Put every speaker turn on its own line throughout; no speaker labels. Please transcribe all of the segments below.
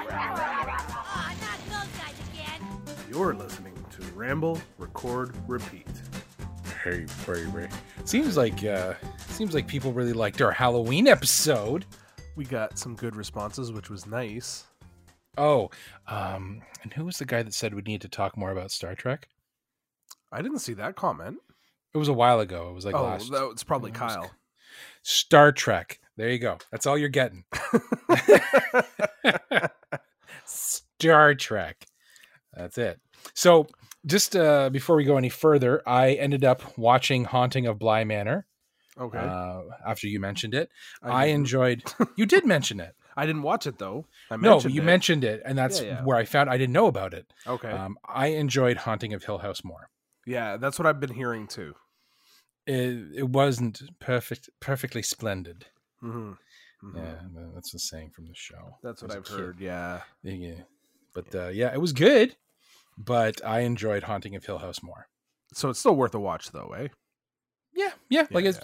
Aw, not those guys again.
You're listening to Ramble, Record, Repeat.
Hey, baby. Seems like uh, seems like people really liked our Halloween episode.
We got some good responses, which was nice.
Oh, um, and who was the guy that said we need to talk more about Star Trek?
I didn't see that comment.
It was a while ago. It was like
oh,
last
that was probably
that was-
Kyle.
Star Trek. There you go. That's all you're getting. Star Trek. That's it. So, just uh, before we go any further, I ended up watching Haunting of Bly Manor
Okay.
uh, after you mentioned it. I,
didn't-
enjoyed. You did mention it.
I didn't watch it though. I
no,
mentioned
you
it.
mentioned it, and that's
Yeah, yeah.
where I found I didn't know about it.
Okay.
Um, I enjoyed Haunting of Hill House more.
yeah, that's what I've been hearing too.
It, it wasn't perfect, perfectly splendid.
hmm
Yeah, that's the saying from the show.
That's what
As a
I've
kid.
heard. Yeah.
Yeah. But uh, yeah, it was good, but I enjoyed Haunting of Hill House more.
So it's still worth a watch though, eh?
Yeah, yeah. like
Yeah,
it's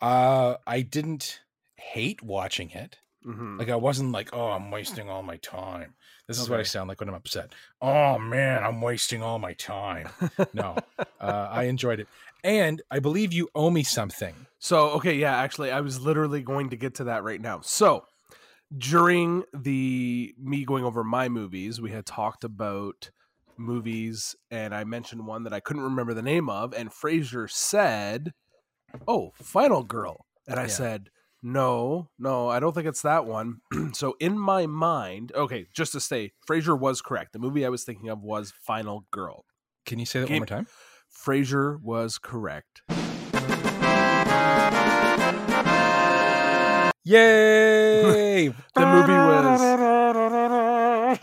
uh I didn't hate watching it.
hmm
Like I wasn't like, oh, I'm wasting all my time. This is what I
Okay.
sound like when I'm upset. Oh man, I'm wasting all my time. No. uh, I enjoyed it. And I believe you owe me something.
So, okay, yeah, actually, I was literally going to get to that right now. So, during the me going over my movies, we had talked about movies, and I mentioned one that I couldn't remember the name of, and Fraser said, "Oh, Final Girl," and I
Yeah.
said, "No, no, I don't think it's that one." so, in my mind, okay, just to say, Fraser was correct. The movie I was thinking of was Final Girl.
Can you say that
Game-
one more time?
Fraser was correct.
Yay!
The movie was
was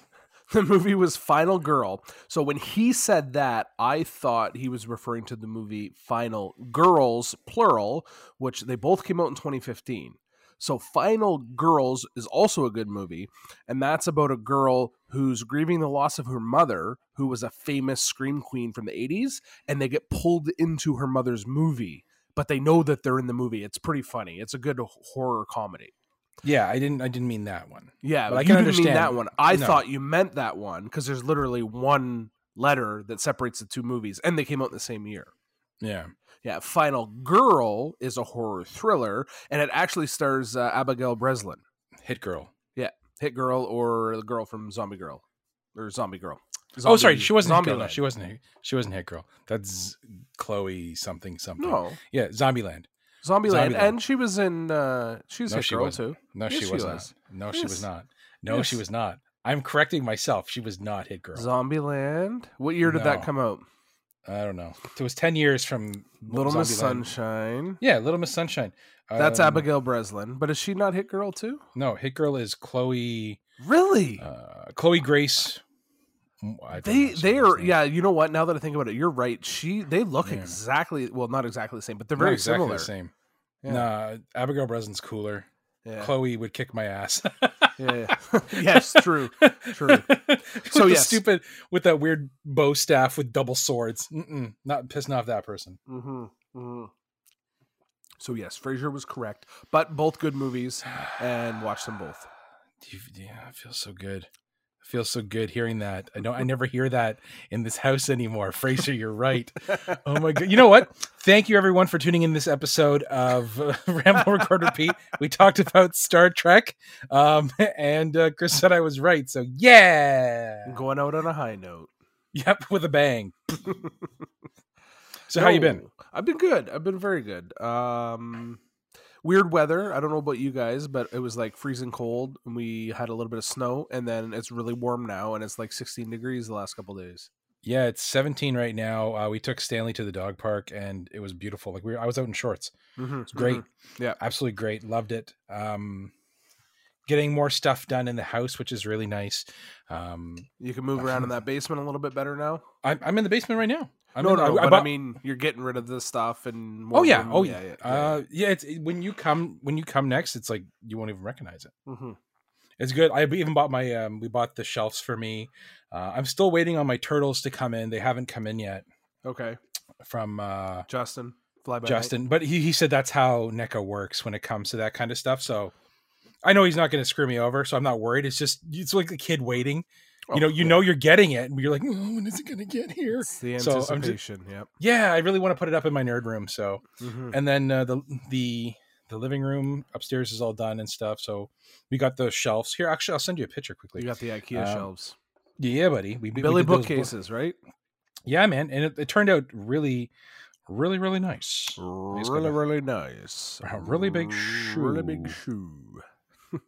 the movie was Final Girl. So when he said that, I thought he was referring to the movie Final Girls, plural, which they both came out in 2015. So Final Girls is also a good movie, and that's about a girl who's grieving the loss of her mother, who was a famous scream queen from the 80s, and they get pulled into her mother's movie, but they know that they're in the movie. It's pretty funny. It's a good h- horror comedy.
Yeah, I didn't I didn't mean that one.
Yeah,
But I
you
can
didn't mean
understand.
that one. I
No.
thought you meant that one because there's literally one letter that separates the two movies, and they came out in the same year.
Yeah.
Yeah, Final Girl is a horror thriller, and it actually stars uh, Abigail Breslin,
Hit girl.
Hit Girl, or the girl from Zombie Girl, or Zombie Girl.
oh, sorry, she wasn't Hit
Zombie
Girl. No, she wasn't. Hit- She wasn't Hit Girl. That's Chloe something something.
no
Yeah, Zombieland.
Zombieland,
Zombieland.
and she was in. Uh, she was
No,
Hit
she
Girl
wasn't.
too.
No,
Yes,
she
she was.
was not. No, she
Yes.
was not. No, she
Yes.
was not. I'm correcting myself. She was not Hit Girl.
Zombieland. What year did that
No.
come out?
I don't know. It was ten years from
Little Miss
Zombieland.
Sunshine.
Yeah, Little Miss Sunshine.
That's
Um,
Abigail Breslin, but is she not Hit Girl too?
No, Hit Girl is Chloe.
Really?
Uh, Chloe Grace. mm, I don't
they
know, she
they
was
are
named.
yeah. You know what? Now that I think about it, you're right. She they look
Yeah.
exactly well, not exactly the same, but they're
Not
very
exactly
similar.
the same.
Yeah.
Nah, Abigail Breslin's cooler.
Yeah,
Chloe would kick my ass.
yeah, yeah. yes, true. True. So,
so yeah,
yes.
stupid with that weird bow staff with double swords. Mm-mm, not pissing off that person.
hmm hmm So yes, Fraser was correct, but both good movies, and watch them both.
Do you- Yeah, it feels so good. It feels so good hearing that. I don't. I never hear that in this house anymore. Fraser, you're right. Oh my god. You know what? Thank you everyone for tuning in this episode of uh, Ramble Record Repeat. We talked about Star Trek, um, and uh, Chris said I was right. So yeah.
Going out on a high note.
Yep, with a bang. so how you
No,
been?
I've been good. I've been very good. Um weird weather. I don't know about you guys, but it was like freezing cold and we had a little bit of snow and then it's really warm now and it's like 16 degrees the last couple days.
Yeah, it's 17 right now. Uh, we took Stanley to the dog park, and it was beautiful. Like we, were, I was out in shorts.
Mm-hmm.
It's great.
Yeah.
absolutely great. Loved it. Um, getting more stuff done in the house, which is really nice. Um,
You can move around in that basement a little bit better now.
I'm, I'm in the basement right now. I'm
no,
in,
no,
I- I
but I
bought-
mean, you're getting rid of this stuff and more
oh yeah,
room.
oh yeah, yeah. Uh, yeah it's it- when you come when you come next, it's like you won't even recognize it.
Mhm.
It's good. I even bought my um, we bought the shelves for me. Uh, I'm still waiting on my turtles to come in. They haven't come in yet
Okay,
from uh,
Justin. Fly by Night.
Justin. But he, he said that's how NECA works when it comes to that kind of stuff. So I know he's not going to screw me over, so I'm not worried. It's just it's like the kid waiting.
Oh,
you know, you
yeah.
know you're getting it, and you're like, oh, when is it going to get here?
It's the
So, I'm just-
anticipation. yep.
Yeah, I really want to put it up in my nerd room. So
Mhm.
and then uh, the the the living room upstairs is all done and stuff. So we got those shelves here. Actually, I'll send you a picture quickly.
You got the IKEA
Um,
shelves,
yeah, buddy. We we
Billy
did those book-
bookcases, right?
Yeah, man, and it, it turned out really, really, really nice. just
Really,
gotta-
really nice. Mm,
A really big
Really big
shoe.
shoe.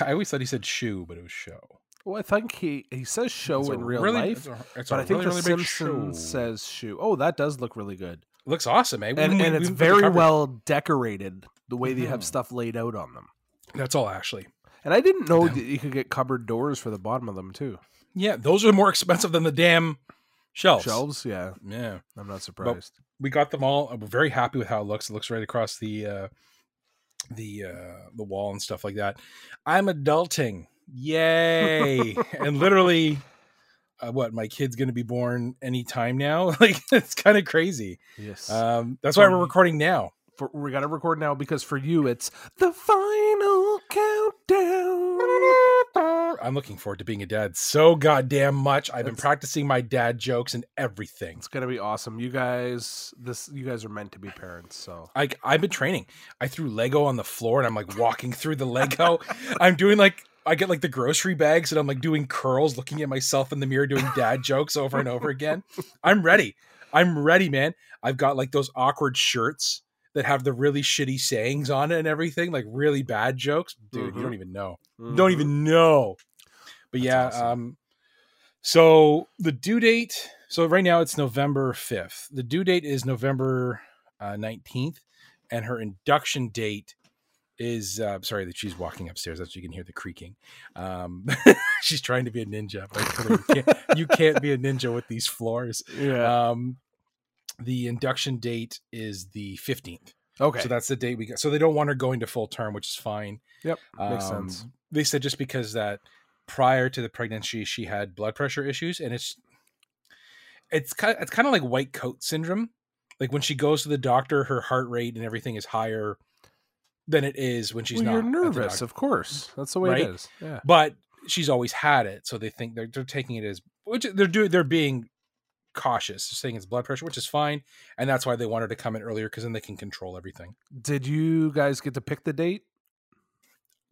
I always thought he said shoe, but it was show.
Well, I think he he says show
It's a
in real
really-
life,
it's a- it's a
but I think
really,
the
really big
Simpson
shoe.
says shoe. Oh, that does look really good,
looks awesome, eh? We-
and
we-
and
we
it's
put the
very
cover-
well decorated. The way they have
Mhm.
stuff laid out on them,
That's all, Ashley.
and I didn't know
Them.
that you could get cupboard doors for the bottom of them too.
Yeah, those are more expensive than the damn shelves.
Shelves, yeah,
Yeah.
I'm not surprised.
we got them all. I'm very happy with how it looks. It looks right across the uh, the uh, the wall and stuff like that. I'm adulting, yay! and literally, uh, what my kid's going to be born anytime now. Like it's kind of crazy.
yes,
Um, that's why we're recording now.
Uh, for, we got to record now because for you it's the final countdown.
I'm looking forward to being a dad so goddamn much. I've been
That's-
practicing my dad jokes and everything.
It's gonna be awesome. You guys, this you guys are meant to be parents. So
I, I've been training. I threw Lego on the floor and I'm like walking through the Lego. I'm doing like, I get like the grocery bags and I'm like doing curls, looking at myself in the mirror, doing dad jokes over and over again. I'm ready. I'm ready, man. I've got like those awkward shirts that have the really shitty sayings on it and everything, like really bad jokes. Dude,
Mhm.
you don't even know. Don't even know. But
Mm. That's
yeah,
awesome.
um, so the due date. So right now it's November fifth. The due date is November uh, nineteenth, and her induction date is. Uh, sorry that she's walking upstairs. That's you can hear the creaking. Um, she's trying to be a ninja, but clearly you can't, you can't be a ninja with these floors.
Mm-hmm. Yeah.
Um, the induction date is the fifteenth.
okay.
So that's the date we got. So they don't want her going to full term, which is fine.
Yep, makes
Um,
sense.
They said just because that prior to the pregnancy she had blood pressure issues, and it's it's kind it's kind of like white coat syndrome. Like when she goes to the doctor, her heart rate and everything is higher than it is when she's
Well,
not.
you're
at the
nervous,
doctor.
of course. That's the way it
Right?
is. Yeah.
but she's always had it, so they think they're they're taking it as which they're doing they're being cautious, saying it's blood pressure, which is fine, and that's why they want her to come in earlier because then they can control everything.
Did you guys get to pick the date?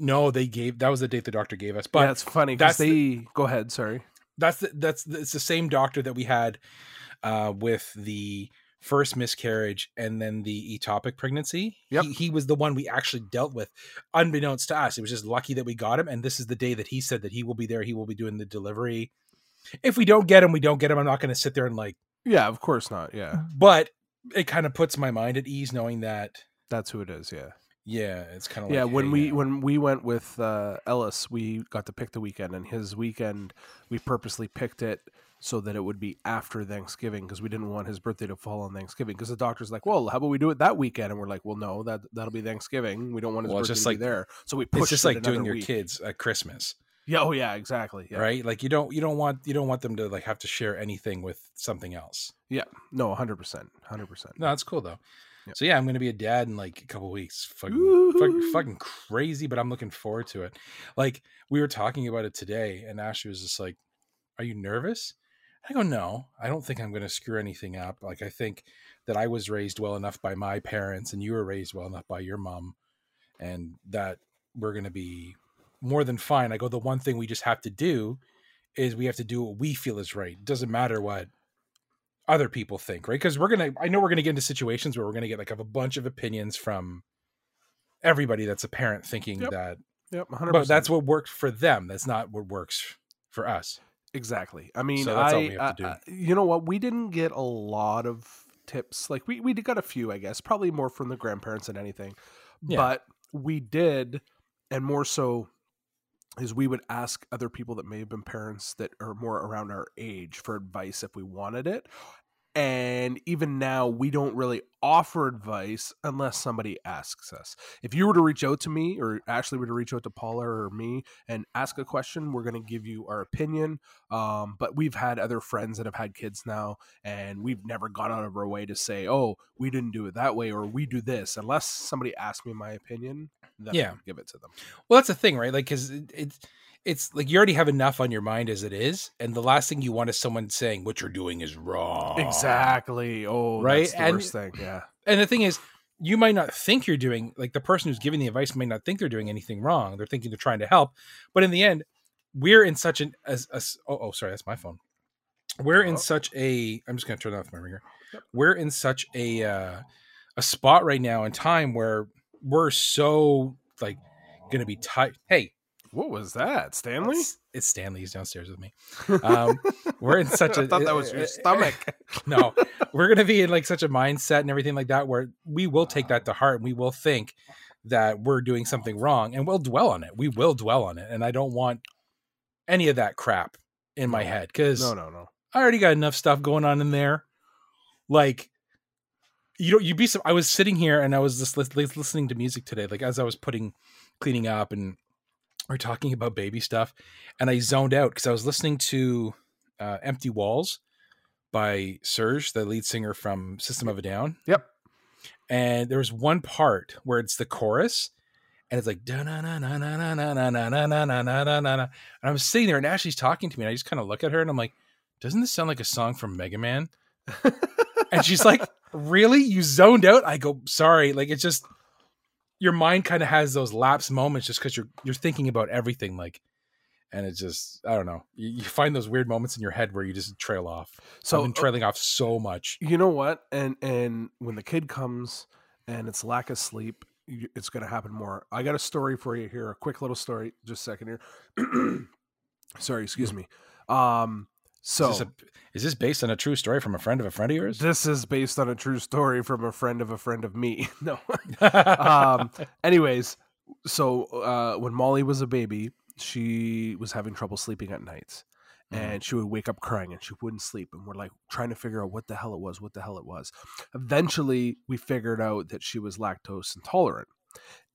No, they gave that was the date the doctor gave us.
yeah,
But
it's funny because
that's
they
the-
go ahead. Sorry.
that's the, that's the, it's the same doctor that we had uh, with the first miscarriage and then the etopic pregnancy.
Yep.
He, he was the one we actually dealt with, unbeknownst to us. It was just lucky that we got him, and this is the day that he said that he will be there. He will be doing the delivery. If we don't get him, we don't get him. I'm not going to sit there and like.
Yeah, of course not. Yeah,
But it kind of puts my mind at ease knowing that.
that's who it is. Yeah.
Yeah, it's kind of
yeah.
Like,
When
hey,
we
uh,
when we went with uh, Ellis, we got to pick the weekend, and his weekend we purposely picked it so that it would be after Thanksgiving because we didn't want his birthday to fall on Thanksgiving because the doctor's like, well, how about we do it that weekend? And we're like, well, no, that that'll be Thanksgiving. We don't want his
Well, it's
birthday
just
to
like-
be there. So we pushed
it's just
it
like doing
another
your
week.
kids at Christmas.
Yeah. Oh yeah. Exactly. Yeah.
right like you don't you don't want you don't want them to like have to share anything with something else
No. Hundred percent. Hundred percent.
no that's cool though
Yeah.
so yeah i'm gonna be a dad in like a couple weeks fucking, fucking,
Woohoo.
fucking crazy but i'm looking forward to it like we were talking about it today and ashley was just like are you nervous i go no i don't think i'm gonna screw anything up like i think that i was raised well enough by my parents and you were raised well enough by your mom and that we're gonna be more than fine i go the one thing we just have to do is we have to do what we feel is right. It doesn't matter what other people think, right? Because we're gonna I know we're gonna get into situations where we're gonna get like a bunch of opinions from everybody that's a parent thinking
Yep,
that
Yep. Hundred
but that's what worked for them. That's not what works for us.
Exactly. I mean,
So that's
I,
all we have to
I-
do.
I- you know what? We didn't get a lot of tips. Like we we got a few, I guess, probably more from the grandparents than anything.
Yeah.
But we did, and more so is we would ask other people that may have been parents that are more around our age for advice if we wanted it. And even now, we don't really offer advice unless somebody asks us. If you were to reach out to me or Ashley were to reach out to Paula or me and ask a question, we're going to give you our opinion. Um, but we've had other friends that have had kids now, and we've never gone out of our way to say, oh, we didn't do it that way or we do this. Unless somebody asks me my opinion, then
Yeah.
I give it to them.
Well, that's the thing, right? Like, because it, it's it's like you already have enough on your mind as it is, and the last thing you want is someone saying what you're doing is wrong.
Exactly. Oh,
Right?
That's the
And-
worst thing. Yeah.
And the thing is, you might not think you're doing like the person who's giving the advice might not think they're doing anything wrong. They're thinking they're trying to help, but in the end, we're in such an as, as oh, oh sorry, that's my phone. We're in
Oh.
such a. I'm just gonna turn off my ringer. We're in such a uh, a spot right now in time where we're so like gonna be tight. Hey,
What was that, Stanley?
It's, it's Stanley. He's downstairs with me. Um, we're in such a. uh,
I thought that was your stomach.
no, we're gonna be in like such a mindset and everything like that, where we will take that to heart and we will think that we're doing something wrong, and we'll dwell on it. We will dwell on it, and I don't want any of that crap in my
No.
head because
No, no, no.
I already got enough stuff going on in there. Like, you don't, you'd be, sur- I was sitting here and I was just lis- lis- listening to music today, like as I was putting, cleaning up and we're talking about baby stuff. And I zoned out because I was listening to uh, Empty Walls by Serge, the lead singer from System of a Down.
Yep.
And there was one part where it's the chorus and it's like da na na na na na na na na na na na na na na na. And I'm sitting there and Ashley's talking to me and I just kind of look at her and I'm like, doesn't this sound like a song from Mega Man? and she's like, really? You zoned out? I go, sorry. Like it's just your mind kind of has those lapse moments just because you're you're thinking about everything like and it's just I don't know. You, you find those weird moments in your head where you just trail off. So I've
So uh,
been trailing off so much.
you know what? And and when the kid comes and it's lack of sleep, y- it's going to happen more. I got a story for you here. A quick little story. Just a second here. Sorry, excuse me. Um. So
is this, a, is this based on a true story from a friend of a friend of yours?
This is based on a true story from a friend of a friend of me. No. um, anyways, so uh, when Molly was a baby, she was having trouble sleeping at nights.
Mhm.
And she would wake up crying and she wouldn't sleep. And we're like trying to figure out what the hell it was, what the hell it was. Eventually, we figured out that she was lactose intolerant.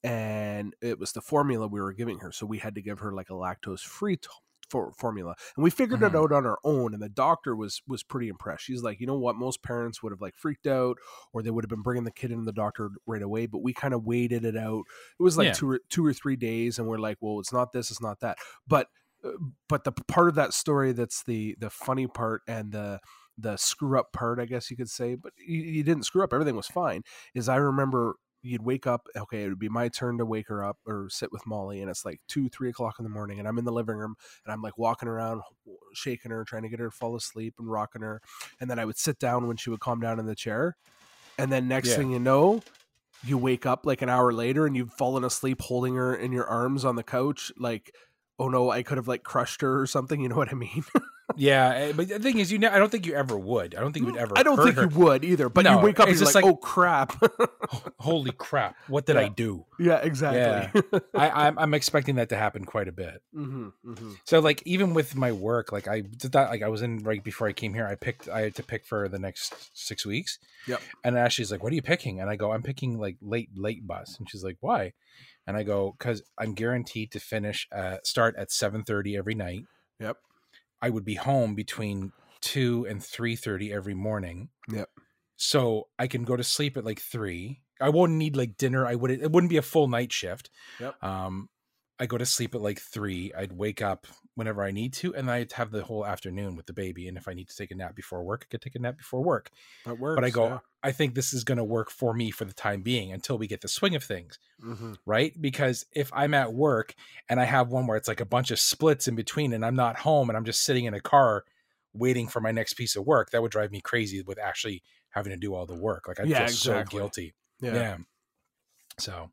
And it was the formula we were giving her. So we had to give her like a lactose free to- for formula and we figured it
Mhm.
out on our own and the doctor was was pretty impressed she's like you know what most parents would have like freaked out or they would have been bringing the kid in the doctor right away but we kind of waited it out it was like
Yeah.
two or two or three days and we're like well it's not this it's not that but uh, but the p- part of that story that's the the funny part and the the screw up part i guess you could say but you, you didn't screw up everything was fine is i remember you'd wake up okay it would be my turn to wake her up or sit with molly and it's like two three o'clock in the morning and i'm in the living room and i'm like walking around shaking her trying to get her to fall asleep and rocking her and then i would sit down when she would calm down in the chair and then next
Yeah.
thing you know you wake up like an hour later and you've fallen asleep holding her in your arms on the couch like oh no i could have like crushed her or something you know what i mean
yeah, eh, but the thing is, you know, I don't think you ever would. I don't think you would ever.
Mm, i don't
hurt
think
her.
you would either but
No,
you wake up and
it's
you're
just
like,
like-
oh crap
Holy crap! What did I
Yeah.
do?
yeah exactly
I, I'm, I'm expecting that to happen quite a bit.
hmm hmm
So, like, even with my work, like I did that. Like, I was in right before I came here. I picked. I had to pick for the next six weeks.
Yep.
And Ashley's like, "What are you picking?" And I go, "I'm picking like late late bus." And she's like, "Why?" And I go, "Cause I'm guaranteed to finish uh, start at 7:30 every night."
yep
I would be home between two and three thirty every morning.
Yep.
So I can go to sleep at like three. I won't need like dinner. I wouldn't. It wouldn't be a full night shift.
Yep.
Um, I go to sleep at like three. I'd wake up whenever I need to, and I'd have the whole afternoon with the baby. And if I need to take a nap before work, I could take a nap before work.
that works
But I go.
yeah.
I think this is going to work for me for the time being until we get the swing of things
Mhm.
right? Because if I'm at work and I have one where it's like a bunch of splits in between and I'm not home and I'm just sitting in a car waiting for my next piece of work, that would drive me crazy with actually having to do all the work. Like I
Yeah,
feel
exactly.
so guilty.
yeah
Yeah. So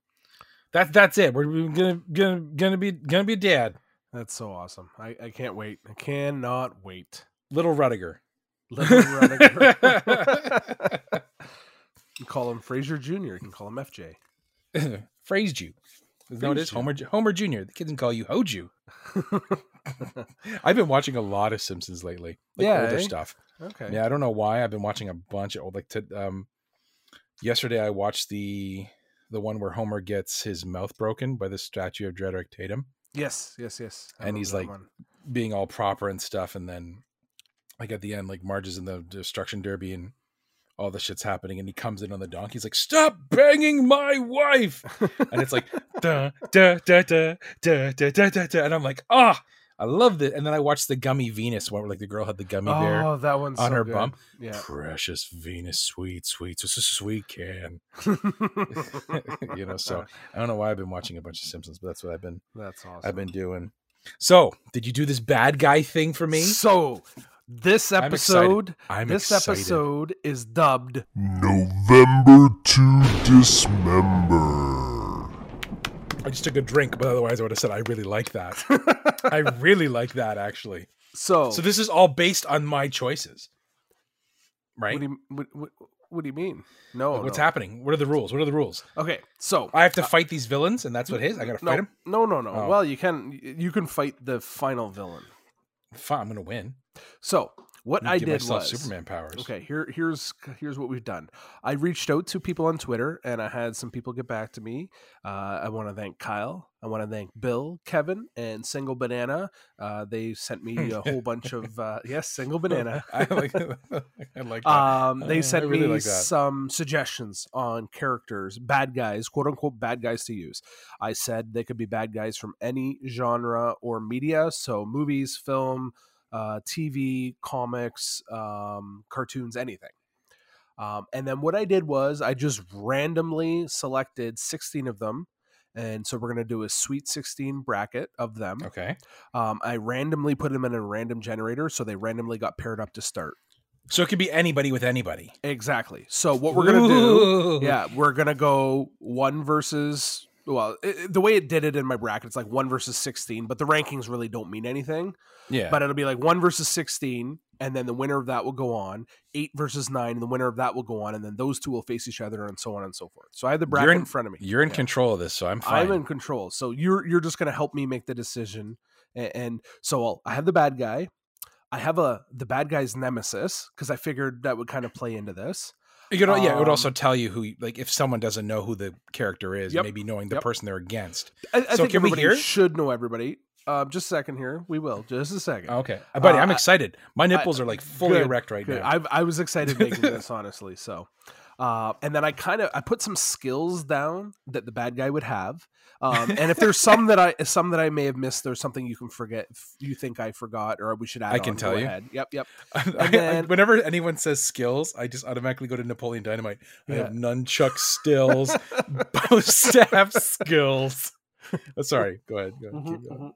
that's that's it. We're, we're gonna gonna gonna be gonna be a dad.
that's so awesome I, I can't wait i cannot wait
Little Rudiger.
Little Rudiger. you call him fraser jr you can call him fj
Phrased you. No, it is
Hoju.
Homer. Ju- Homer Jr. The kids can call you Hoju. I've been watching a lot of Simpsons lately, like
Yeah,
older
eh?
stuff.
okay.
Yeah, I don't know why. I've been watching a bunch of old. Like to, um, yesterday, I watched the the one where Homer gets his mouth broken by the statue of Dredrick Tatum,
Yes, yes, yes. I
And
remember
he's
that
like-
one.
being all proper and stuff, and then like at the end, like Marge is in the destruction derby and all the shit's happening, and he comes in on the donkey. He's like, "Stop banging my wife!" and it's like da da da da da da da da, da. and I'm like, ah, I love this. And then I watched the Gummy Venus one where like the girl had the gummy bear.
oh, that one's
on
so
her
good.
bum.
Yeah.
Precious Venus, sweet, sweet, it's a sweet can. you know, so I don't know why I've been watching a bunch of Simpsons, but that's what I've been
that's awesome.
I've been doing. So, did you do this bad guy thing for me?
So this
I'm excited.
episode,
I'm
this
excited.
episode is dubbed
November to Dismember.
I just took a drink, but otherwise I would have said I really like that. I really like that actually.
so.
So this is all based on my choices, right?
what, do you, what, what, what do you mean? No,
Like, what's
no. Uh,
happening? What are the rules? What are the rules?
Okay, so
I have to fight these villains, and that's what his. I gotta
no,
fight him.
no, no, no.
Oh.
Well, you can you can fight the final villain.
Fine, I'm gonna win.
So what
I'm gonna
I
give
did
myself
was
Superman powers.
Okay, here here's here's what we've done. I reached out to people on Twitter, and I had some people get back to me. Uh, I want to thank Kyle. I want to thank Bill, Kevin, and Single Banana. Uh, they sent me a whole bunch of uh, yes, Single Banana.
I like. I like that.
Um,
Uh, I
they sent
really
me
like that.
some suggestions on characters, bad guys, quote unquote bad guys to use. I said they could be bad guys from any genre or media, so movies, film, uh, TV, comics, um, cartoons, anything. Um, and then what I did was I just randomly selected 16 of them. And so we're going to do a sweet 16 bracket of them.
okay.
Um, I randomly put them in a random generator. So they randomly got paired up to start.
So it could be anybody with anybody.
Exactly. So what we're gonna do?
Ooh.
Yeah, we're gonna go one versus. Well, i i- the way it did it in my bracket, it's like one versus sixteen, but the rankings really don't mean anything.
Yeah.
But it'll be like one versus sixteen, and then the winner of that will go on. Eight versus nine, and the winner of that will go on, and then those two will face each other, and so on and so forth. So I have the bracket
in-
in front of me.
You're in
Yeah.
control of this, so I'm fine.
I'm in control. So you're you're just gonna help me make the decision, and, and so I'll, I have the bad guy. I have a the bad guy's nemesis because I figured that would kind of play into this.
You could, al- yeah, it would
um,
also tell you who, like, if someone doesn't know who the character is,
Yep.
maybe knowing the
Yep.
person they're against.
I, I
So
think
can we
everybody
hear?
should know everybody. Um, just a second here. We will. Just a second.
Oh, Okay, buddy,
Uh,
I'm
I-
excited. My nipples are like fully
good,
erect right
Good.
now.
I, I was excited making this, honestly. So, uh, and then I kind of I put some skills down that the bad guy would have. Um, and if there's some that I some that I may have missed, there's something you can forget. if You think I forgot, or we should add.
I can
on.
tell
Go
you.
Ahead. Yep. Yep.
I- I-
then-
whenever anyone says skills, I just automatically go to Napoleon Dynamite. I have
Yeah.
nunchuck skills, bow staff skills. Oh, sorry, go ahead. Go ahead
Mhm,
keep going.
mhm.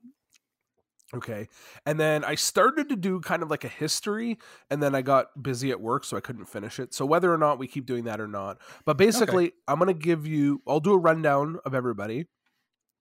Okay. And then I started to do kind of like a history, and then I got busy at work, so I couldn't finish it. So whether or not we keep doing that or not, but basically, I'm going to give you, I'll do a rundown of everybody,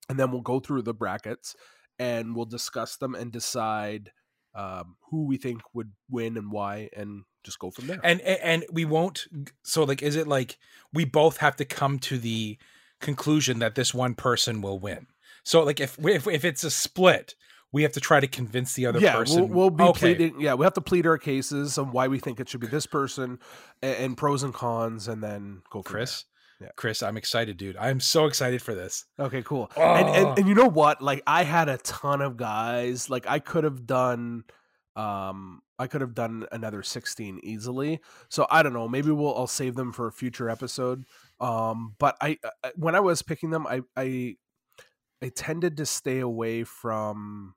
and then we'll go through the brackets and we'll discuss them and decide um, who we think would win and why, and just go from there.
And, and and we won't. So like, is it like we both have to come to the conclusion that this one person will win? So like, if we- if if it's a split, we have to try to convince the other
yeah,
person.
We'll, we'll be
okay.
pleading. Yeah, we have to plead our cases on why we think it should be this person, and, and pros and cons, and then go. from there.
Chris.
Yeah.
Chris, I'm excited, dude. I'm so excited for this.
Okay, cool. And,
Oh.
and and you know what? Like I had a ton of guys. Like I could have done um I could have done another 16 easily. So I don't know, maybe we'll I'll save them for a future episode. Um but I, I when I was picking them, I I I tended to stay away from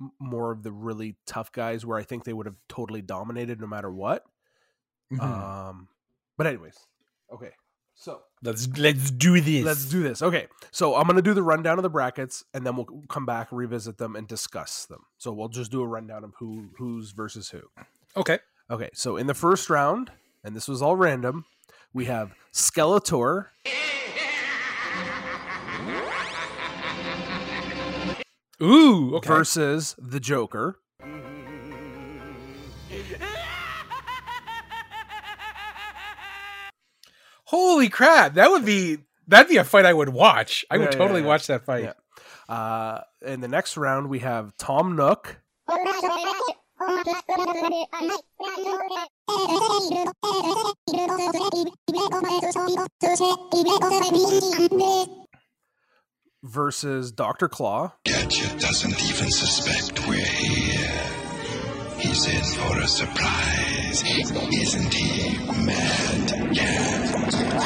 m- more of the really tough guys where I think they would have totally dominated no matter what.
Mhm.
Um but anyways. Okay. So
let's let's do this.
Let's do this. Okay. So I'm going to do the rundown of the brackets and then we'll come back, revisit them and discuss them. So we'll just do a rundown of who who's versus who.
okay.
Okay. So in the first round, and this was all random, we have Skeletor.
Ooh, okay.
versus the Joker.
Holy crap, that would be That'd be a fight I would watch. I would
Yeah, yeah,
totally
yeah.
watch that fight.
Yeah. Uh, in the next round, we have Tom Nook. versus Dr. Claw.
Gadget doesn't even suspect we're here. He's in for a surprise. Isn't he mad?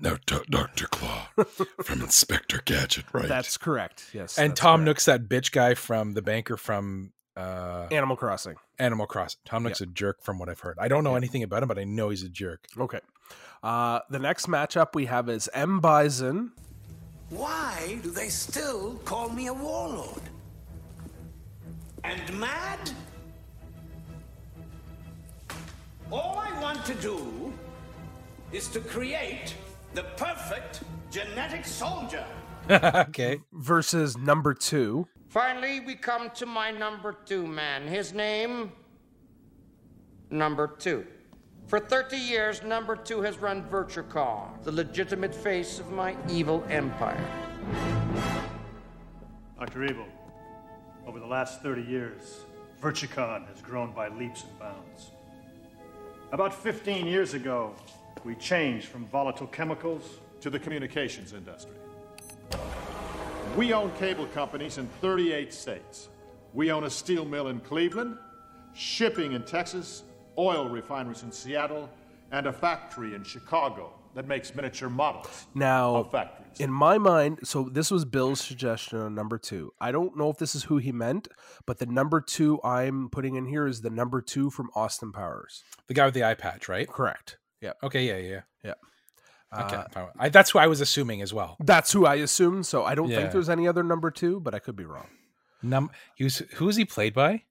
Now, Dr. Claw from Inspector Gadget, right?
That's correct. Yes.
And
that's
Tom
correct.
Nook's that bitch guy from the banker from uh,
Animal Crossing.
Animal Crossing. Tom Nook's a jerk from what I've heard. I don't know anything about him, but I know he's a jerk.
Okay. Uh, the next matchup we have is M. Bison
Why do they still call me a warlord? And mad? All I want to do is to create the perfect genetic soldier.
Okay.
versus number two.
Finally, we come to my number two man. His name? Number two. For 30 years, number two has run VirtuCall, the legitimate face of my evil empire.
Dr. Evil, over the last 30 years, Virtucon has grown by leaps and bounds. About 15 years ago, we changed from volatile chemicals
to the communications industry. We own cable companies in 38 states. We own a steel mill in Cleveland, shipping in Texas, oil refineries in Seattle, and a factory in Chicago that makes miniature models.
Now,
Of factories.
in my mind, so this was Bill's suggestion on number two. I don't know if this is who he meant, but the number two I'm putting in here is the number two from Austin Powers.
The guy with the eye patch, right?
Correct. Yeah.
Okay, yeah, yeah.
Yeah. Uh,
yeah. Okay. fine. I, that's who I was assuming as well.
That's who I assumed. So I don't
Yeah.
think there's any other number two, but I could be wrong.
Num- he was, who was he played by?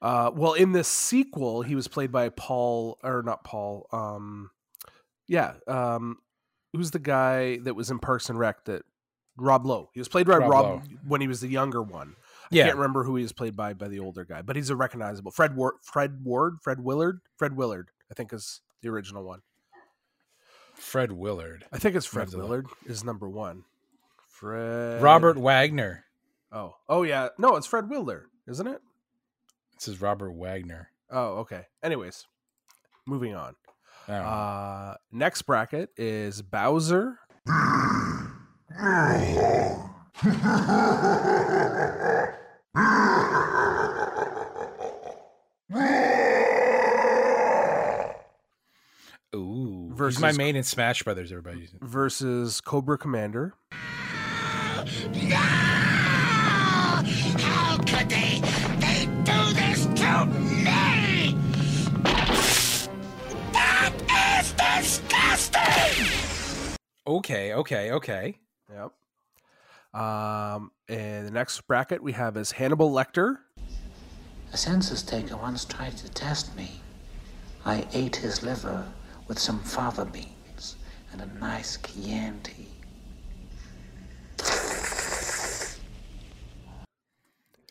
Uh, well, in the sequel, he was played by Paul or not Paul. Um, yeah, um, who's the guy that was in Parks and Rec? That Rob Lowe. He was played by Rob,
Rob Lowe.
when he was the younger one. I
Yeah.
can't remember who he was played by by the older guy, but he's a recognizable Fred. Ward, Fred Ward, Fred Willard, Fred Willard. I think is the original one.
Fred Willard.
I think it's Fred
Have to look.
Willard is number one. Fred
Robert Wagner.
Oh, oh yeah. No, it's Fred Willard, isn't it?
This is Robert Wagner.
Oh, okay. Anyways, moving on.
I don't know.
Uh, next bracket is Bowser
Ooh.
versus-
Versus my main in Smash Brothers, everybody.
versus Cobra Commander
No! "Ah! How could they? They do this to me! That is disgusting!
Okay, okay, okay.
Yep. Um, and the next bracket we have is Hannibal Lecter
A census taker once tried to test me. I ate his liver with some fava beans and a nice Chianti.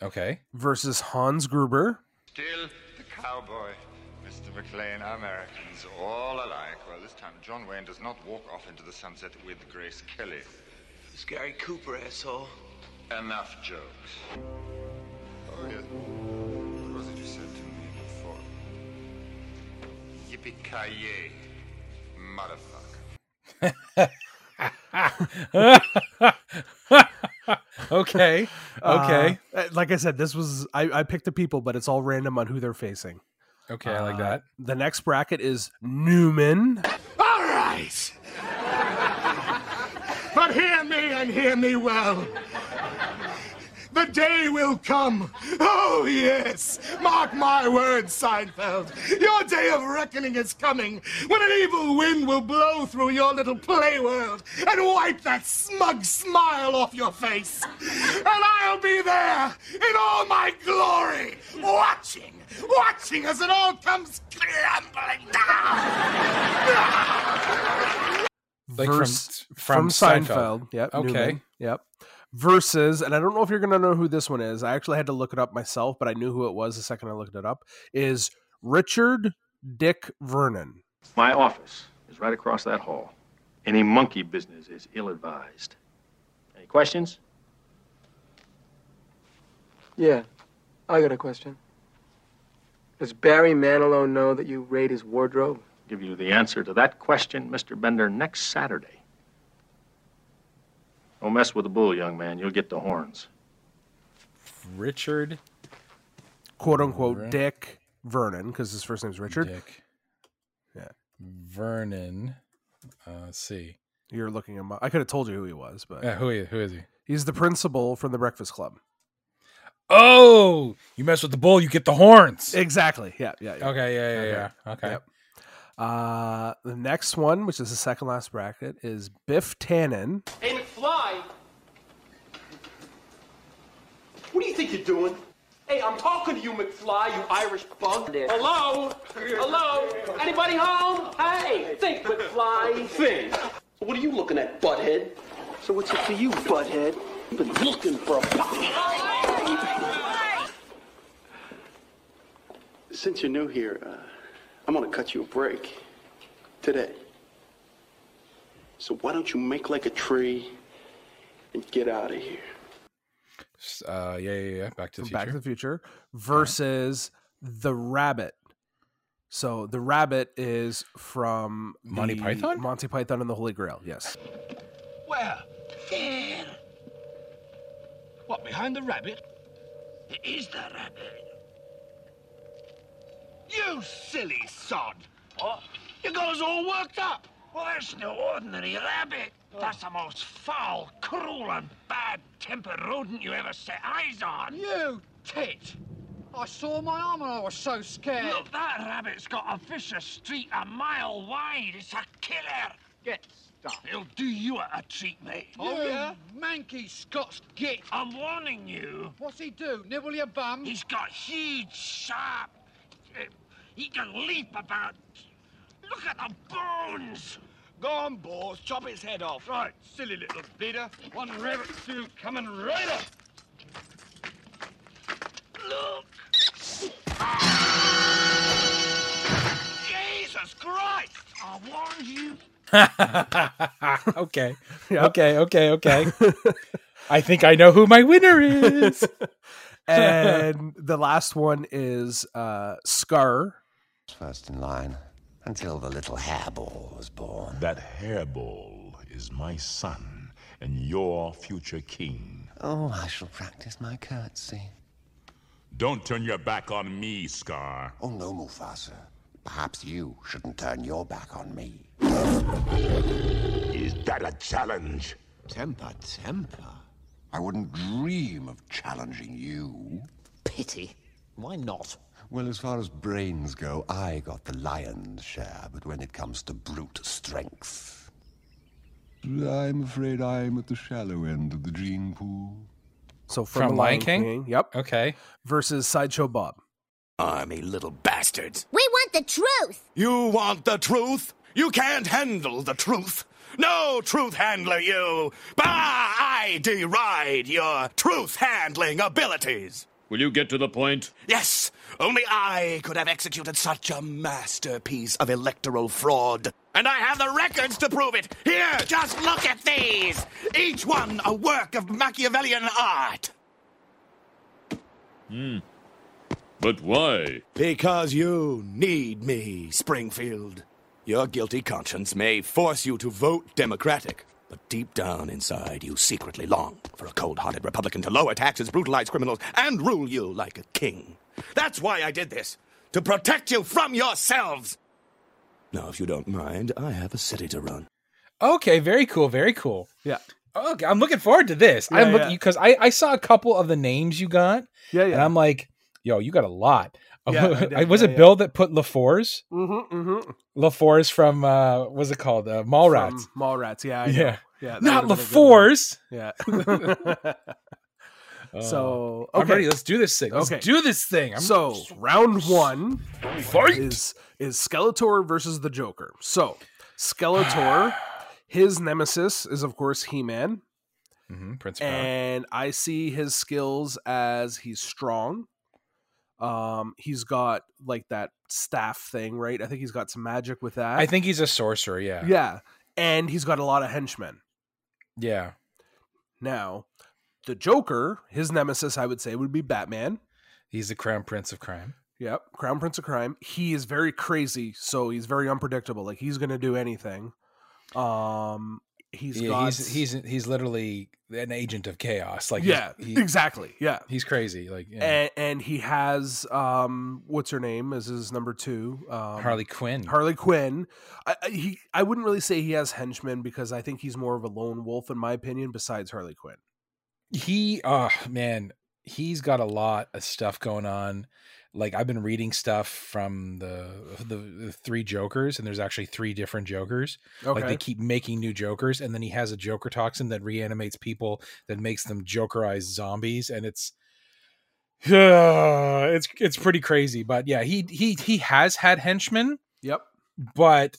Okay.
versus Hans Gruber
Still the cowboy. Mr. McLean, Americans all alike. Well, this time John Wayne does not walk off into the sunset with Grace Kelly.
It's Gary Cooper, asshole.
Enough jokes. Oh, yes. What was it you said to me before? Yippee-ki-yay, motherfucker.
Okay. Okay.
Uh, like I said, this was I, I picked the people, but it's all random on who they're facing.
okay, I like that.
The next bracket is Newman
All right. but hear me and hear me well. The day will come. Oh, yes. Mark my words, Seinfeld. Your day of reckoning is coming when an evil wind will blow through your little play world and wipe that smug smile off your face. And I'll be there in all my glory, watching, watching as it all comes crumbling down.
Like from- from Seinfeld.
Yep.
Okay.
Newman. Yep. Versus, and I don't know if you're gonna know who this one is. I actually had to look it up myself, but I knew who it was the second I looked it up. Is Richard Dick Vernon.
My office is right across that hall. Any monkey business is ill advised. Any questions?
Yeah, I got a question. Does Barry Manilow know that you raid his wardrobe?
Give you the answer to that question, Mr. Bender, next Saturday. Don't mess with the bull, young man. You'll get the horns.
Richard,
quote unquote, Dick Vernon, because his first name's Richard.
Dick.
Yeah.
Vernon. Uh, let's see.
You're looking him up. I could have told you who he was, but
Yeah, who, is, who is he?
he's the principal from the Breakfast Club.
Oh, you mess with the bull, you get the horns.
Exactly. Yeah. Yeah. yeah.
Okay. Yeah. Yeah. Yeah. Okay.
Yep. Uh, the next one, which is the second last bracket, is Biff Tannen.
Hey, McFly! What do you think you're doing? Hey, I'm talking to you, McFly, you Irish bug. Hello? Hello? Anybody home? Hey, think, McFly. Think.
What are you looking at, butthead? So what's it to you, butthead? You've been looking for a Since you're new here, uh, I'm gonna cut you a break today. So why don't you make like a tree and get out of here?
Uh, yeah. Yeah. Yeah. Back to
from
the future.
Back to the Future versus the Rabbit. So the Rabbit is from
Monty
the
Python?
Monty Python and the Holy Grail. Yes.
Where? There. What, behind the rabbit? It is the rabbit. You silly sod! What? You got us all worked up! Well, that's no ordinary rabbit. That's the most foul, cruel, and bad-tempered rodent you ever set eyes on. You tit! I saw my arm and I was so scared. Look, that rabbit's got a vicious streak a mile wide. It's a killer. Get stuffed. He'll do you a treat, mate.
Oh, yeah?
manky Scots git. I'm warning you. What's he do? Nibble your bum? He's got huge, sharp... uh, he can leap about. Look at the bones. Go on, boys. Chop his head off. Right, silly little bleeder. One rabbit stew coming right up. Look. Jesus Christ! I warned you.
okay. Okay. Okay. Okay. I think I know who my winner is.
and the last one is uh, Scar.
First in line until the little hairball was born.
That hairball is my son and your future king.
Oh, I shall practice my curtsy.
Don't turn your back on me, Scar.
Oh, no, Mufasa. Perhaps you shouldn't turn your back on me.
Is that a challenge?
Temper, temper. I wouldn't dream of challenging you. Pity. Why not? Well, as far as brains go, I got the lion's share, but when it comes to brute strength. I'm afraid I'm at the shallow end of the gene pool.
So from,
From
the
Lion
Lion
King?
King? Yep.
Okay.
Versus Sideshow Bob.
Army little bastards.
We want the truth.
You want the truth? You can't handle the truth. No truth handler, you. Bah, I deride your truth handling abilities.
Will you get to the point?
Yes, only I could have executed such a masterpiece of electoral fraud. And I have the records to prove it. Here, just look at these. Each one a work of Machiavellian art.
Hmm. But why?
Because you need me, Springfield. Your guilty conscience may force you to vote Democratic, but deep down inside, you secretly long for a cold hearted Republican to lower taxes, brutalize criminals, and rule you like a king. That's why I did this to protect you from yourselves. Now, if you don't mind, I have a city to run.
Okay, very cool, very cool.
Yeah.
Okay, I'm looking forward to this. I'm
Yeah,
looking
yeah.
because I I saw a couple of the names you got.
Yeah, yeah.
And I'm like, yo, you got a lot.
Yeah, I did,
I, was
yeah,
it
yeah.
Bill that put LaFours?
Mm-hmm, mm-hmm.
LaFours from uh what's it called? Uh, Mallrats.
Mallrats. Yeah. I know.
yeah.
Yeah. that
Not
would've been a good one.
LaFours.
Yeah. so
Uh, I'm
okay.
ready. Let's do this thing. Let's
Okay.
do this thing. I'm
so round one Fight. is is Skeletor versus the Joker. So Skeletor, his nemesis is of course He Man,
Mhm, mm-hmm, Prince Power.
and I see his skills as he's strong. Um, he's got like that staff thing, right? I think he's got some magic with that.
I think he's a sorcerer. Yeah.
yeah, and he's got a lot of henchmen.
Yeah.
Now, the Joker, his nemesis, I would say, would be Batman.
He's the crown prince of crime.
Yep, Crown Prince of Crime. He is very crazy, so he's very unpredictable. Like he's gonna do anything. Um, he's
yeah,
got
he's he's he's literally an agent of chaos. Like
yeah,
he's, he-
exactly. Yeah,
he's crazy. Like yeah.
and, and he has um, what's her name as his number two, um,
Harley Quinn.
Harley Quinn. I, I, he, I wouldn't really say he has henchmen because I think he's more of a lone wolf in my opinion. Besides Harley Quinn,
he oh man he's got a lot of stuff going on like i've been reading stuff from the the, the uh, three jokers and there's actually three different jokers like
Okay.
they keep making new jokers and then he has a joker toxin that reanimates people that makes them jokerized zombies and it's yeah, it's it's pretty crazy but yeah he he he has had henchmen
Yep.
but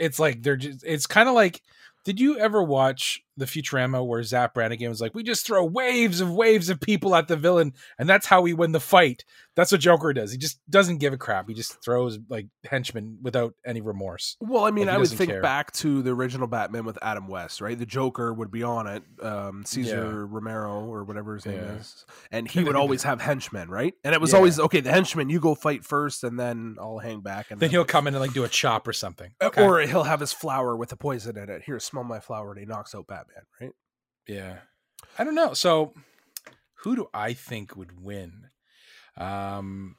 it's like they're just it's kind of like did you ever watch the Futurama where Zap Brannigan was like, "We just throw waves of waves of people at the villain, and that's how we win the fight." That's what Joker does. He just doesn't give a crap. He just throws like henchmen without any remorse.
Well, I mean,
Like, he
I would
doesn't
think
care.
back to the original Batman with Adam West, right? The Joker would be on it, um, Caesar Romero or whatever his name
Yeah.
is, and he would always have henchmen, right? And it was
Yeah.
always okay. The henchmen, you go fight first, and then I'll hang back, and
Then he'll come in and like do a chop or something,
Uh, or he'll have his flower with the poison in it. Here, smell my flower, and he knocks out Batman, right?
Yeah. I don't know. So who do I think would win? Um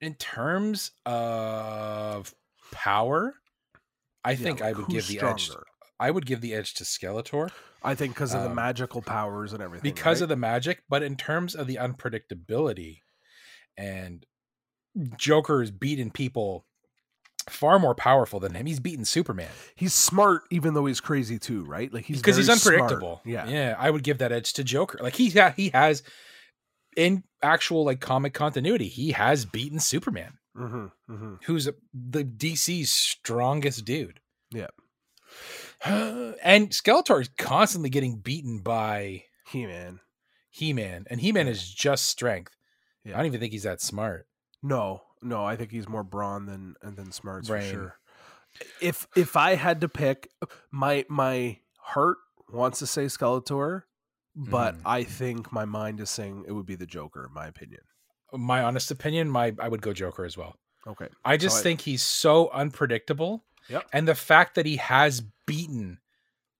in terms of power, I
Yeah,
think I
like,
would give
who's
the edge
stronger?
I would give the edge to Skeletor
I think because of the
Um,
magical powers and everything.
because
right?
of the magic, but in terms of the unpredictability and Joker is beating people far more powerful than him. He's beaten Superman.
he's smart, even though he's crazy too, right? Like he's
because he's
very smart.
unpredictable.
Yeah,
yeah. I would give that edge to Joker. Like he ha- he has in actual like comic continuity, he has beaten Superman,
Mm-hmm, mm-hmm.
who's a, the DC's strongest dude.
Yeah.
and Skeletor is constantly getting beaten by
He Man.
He Man, and He Man is just strength.
Yeah.
I don't even think he's that smart.
No, no, I think he's more brawn than and than smarts
Brain.
for sure. If if I had to pick, my my heart wants to say Skeletor, but
Mm-hmm.
I think my mind is saying it would be the Joker, in my opinion.
My honest opinion, my I would go Joker as well.
Okay,
I
so
just think he's so unpredictable.
Yep.
And the fact that he has beaten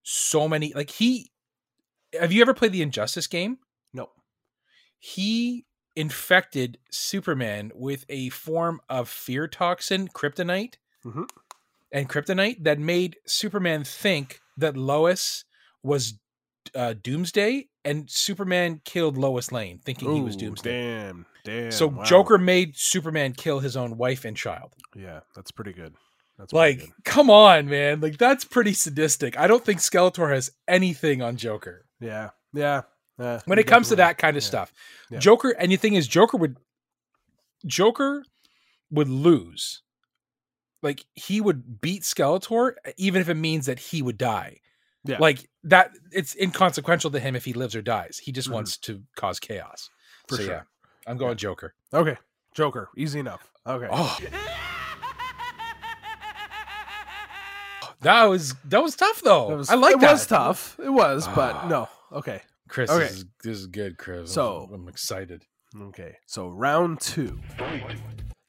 so many like he have you ever played the Injustice game?
No.
He infected Superman with a form of fear toxin, kryptonite,
Mhm.
and kryptonite that made Superman think that Lois was uh, Doomsday, and Superman killed Lois Lane, thinking he was
Ooh,
Doomsday.
Damn, damn.
so
wow.
Joker made Superman kill his own wife and child.
yeah, that's pretty good. That's pretty
Like,
good.
come on, man. Like, that's pretty sadistic. I don't think Skeletor has anything on Joker
yeah, yeah. yeah,
when
you
it comes to
definitely-
that kind of
yeah.
stuff.
Yeah.
Joker, and the thing is, Joker would, Joker would lose. Like, he would beat Skeletor, even if it means that he would die.
Yeah.
Like, that, it's inconsequential to him if he lives or dies. He just wants to cause chaos.
Mm-hmm. For
so,
sure.
yeah, I'm going Joker.
Okay, Joker, easy enough. Okay.
Oh. That was that was tough though.
That was-
Oh, I like
it
that.
was tough. It was,
Ah.
but no. Okay.
Chris,
Okay.
this, is, this is good, Chris. I'm-
So-
I'm, excited.
Okay, so round two.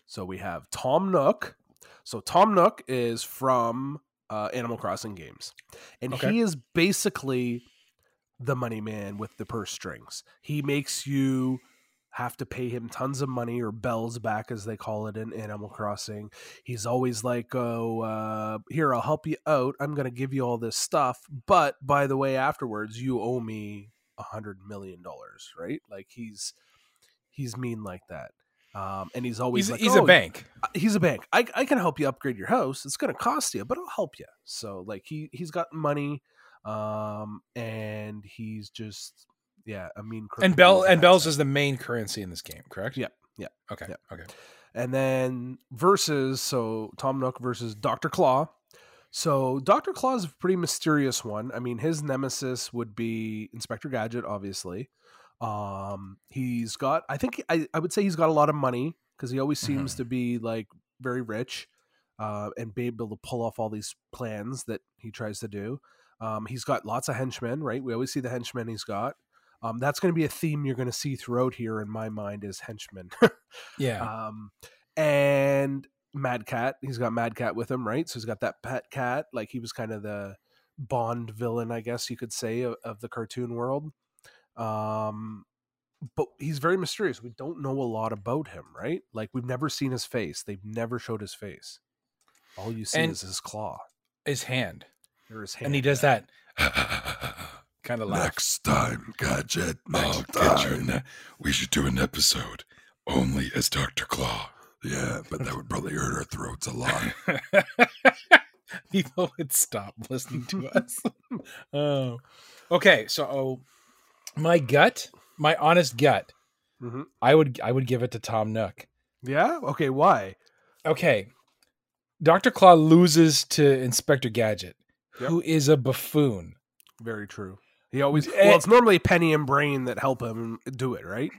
So we have Tom Nook. So Tom Nook is from uh, Animal Crossing games, and
Okay.
he is basically the money man with the purse strings. He makes you have to pay him tons of money or bells back as they call it in Animal Crossing. He's always like, "Oh, uh, here I'll help you out. I'm going to give you all this stuff, but by the way, afterwards you owe me a hundred million dollars, right?" Like he's he's mean like that. Um, and he's always
He's,
like,
he's
"Oh,
a bank.
uh, he's a bank. I, I can help you upgrade your house. It's going to cost you, but I'll help you. So like he he's got money, um, and he's just yeah a mean. crook
And
with
Bell
his
and
axe
Bell's
out.
is the main currency in this game, correct?
yeah yeah.
Okay.
Yeah.
Okay.
And then versus so Tom Nook versus Doctor Claw. So Doctor Claw is a pretty mysterious one. I mean, his nemesis would be Inspector Gadget, obviously. Um, he's got, I think, I, I would say he's got a lot of money because he always seems to be like very rich uh, and be able to pull off all these plans that he tries to do. Um, he's got lots of henchmen, right? We always see the henchmen he's got. Um, that's going to be a theme you're going to see throughout here, in my mind, is henchmen.
Yeah.
Um, and Mad Cat, he's got Mad Cat with him, right? So he's got that pet cat. Like he was kind of the Bond villain, I guess you could say, of, of the cartoon world. Um, but he's very mysterious. We don't know a lot about him, right? Like we've never seen his face. They've never showed his face. All you see
And-
is his claw
His hand.
or his hand.
And he does that kind of laugh.
Next time, Gadget Next time. We should do an episode only as Dr. Claw. Yeah, but that would probably hurt our throats a lot.
People would stop listening to us. oh. Okay, so oh, my gut, my honest gut,
Mhm.
I would I would give it to Tom Nook.
Yeah? Okay, why?
Okay. Dr. Claw loses to Inspector Gadget,
Yep.
who is a buffoon.
Very true. He always
Eh.
well. It's normally Penny and Brain that help him do it, right?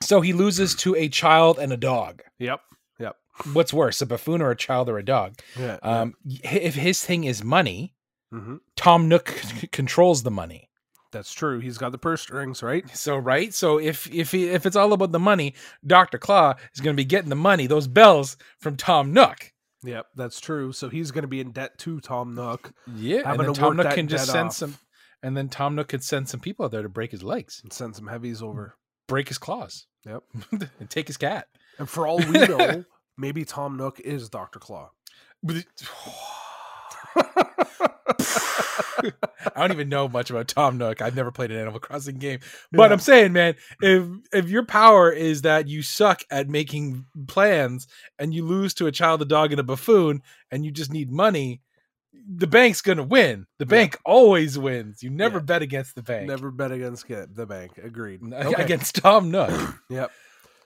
So he loses to a child and a dog.
Yep. Yep.
What's worse, a buffoon or a child or a dog?
Yeah,
Um, hi- If his thing is money,
Mhm.
Tom Nook c- controls the money.
That's true. He's got the purse strings, right?
So right. So if if he, if it's all about the money, Doctor Claw is going to be getting the money, those bells from Tom Nook.
Yep, that's true. So he's going to be in debt to Tom Nook.
Yeah, and
having
then
to
Tom
work
Nook
that
can just
debt
send
off
some, and then Tom Nook could send some people out there to break his legs,
and send some heavies over,
break his claws.
Yep,
and take his cat.
And for all we know, maybe Tom Nook is Doctor Claw.
I don't even know much about Tom Nook. I've never played an Animal Crossing game, but I'm saying, man, if if your power is that you suck at making plans and you lose to a child, a dog, and a buffoon, and you just need money, the bank's gonna win. The bank always wins. You never bet against the bank.
Never bet against get the bank. Agreed.
Ag- Against Tom Nook.
Yep.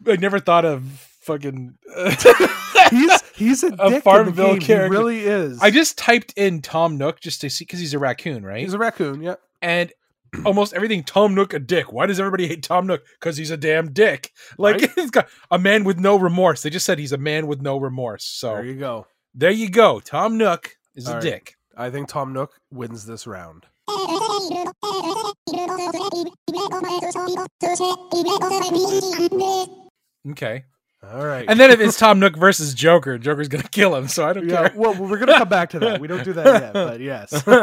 I never thought of fucking.
he's he's a, dick in the
Farmville
game. He
character.
really is.
I just typed in Tom Nook just to see because he's a raccoon, right? He's
a raccoon, yeah.
And almost everything Tom Nook a dick. Why does everybody hate Tom Nook? Because he's a damn dick. Like he's got a man with no remorse. They just said he's a man with no remorse. So there
you go.
There you go. Tom Nook is a
All right.
dick.
I think Tom Nook wins this round.
Okay.
All right.
And then if it's Tom Nook versus Joker, Joker's gonna kill him. So I don't
Yeah,
care.
well, we're gonna come back to that. We don't do that yet, but yes.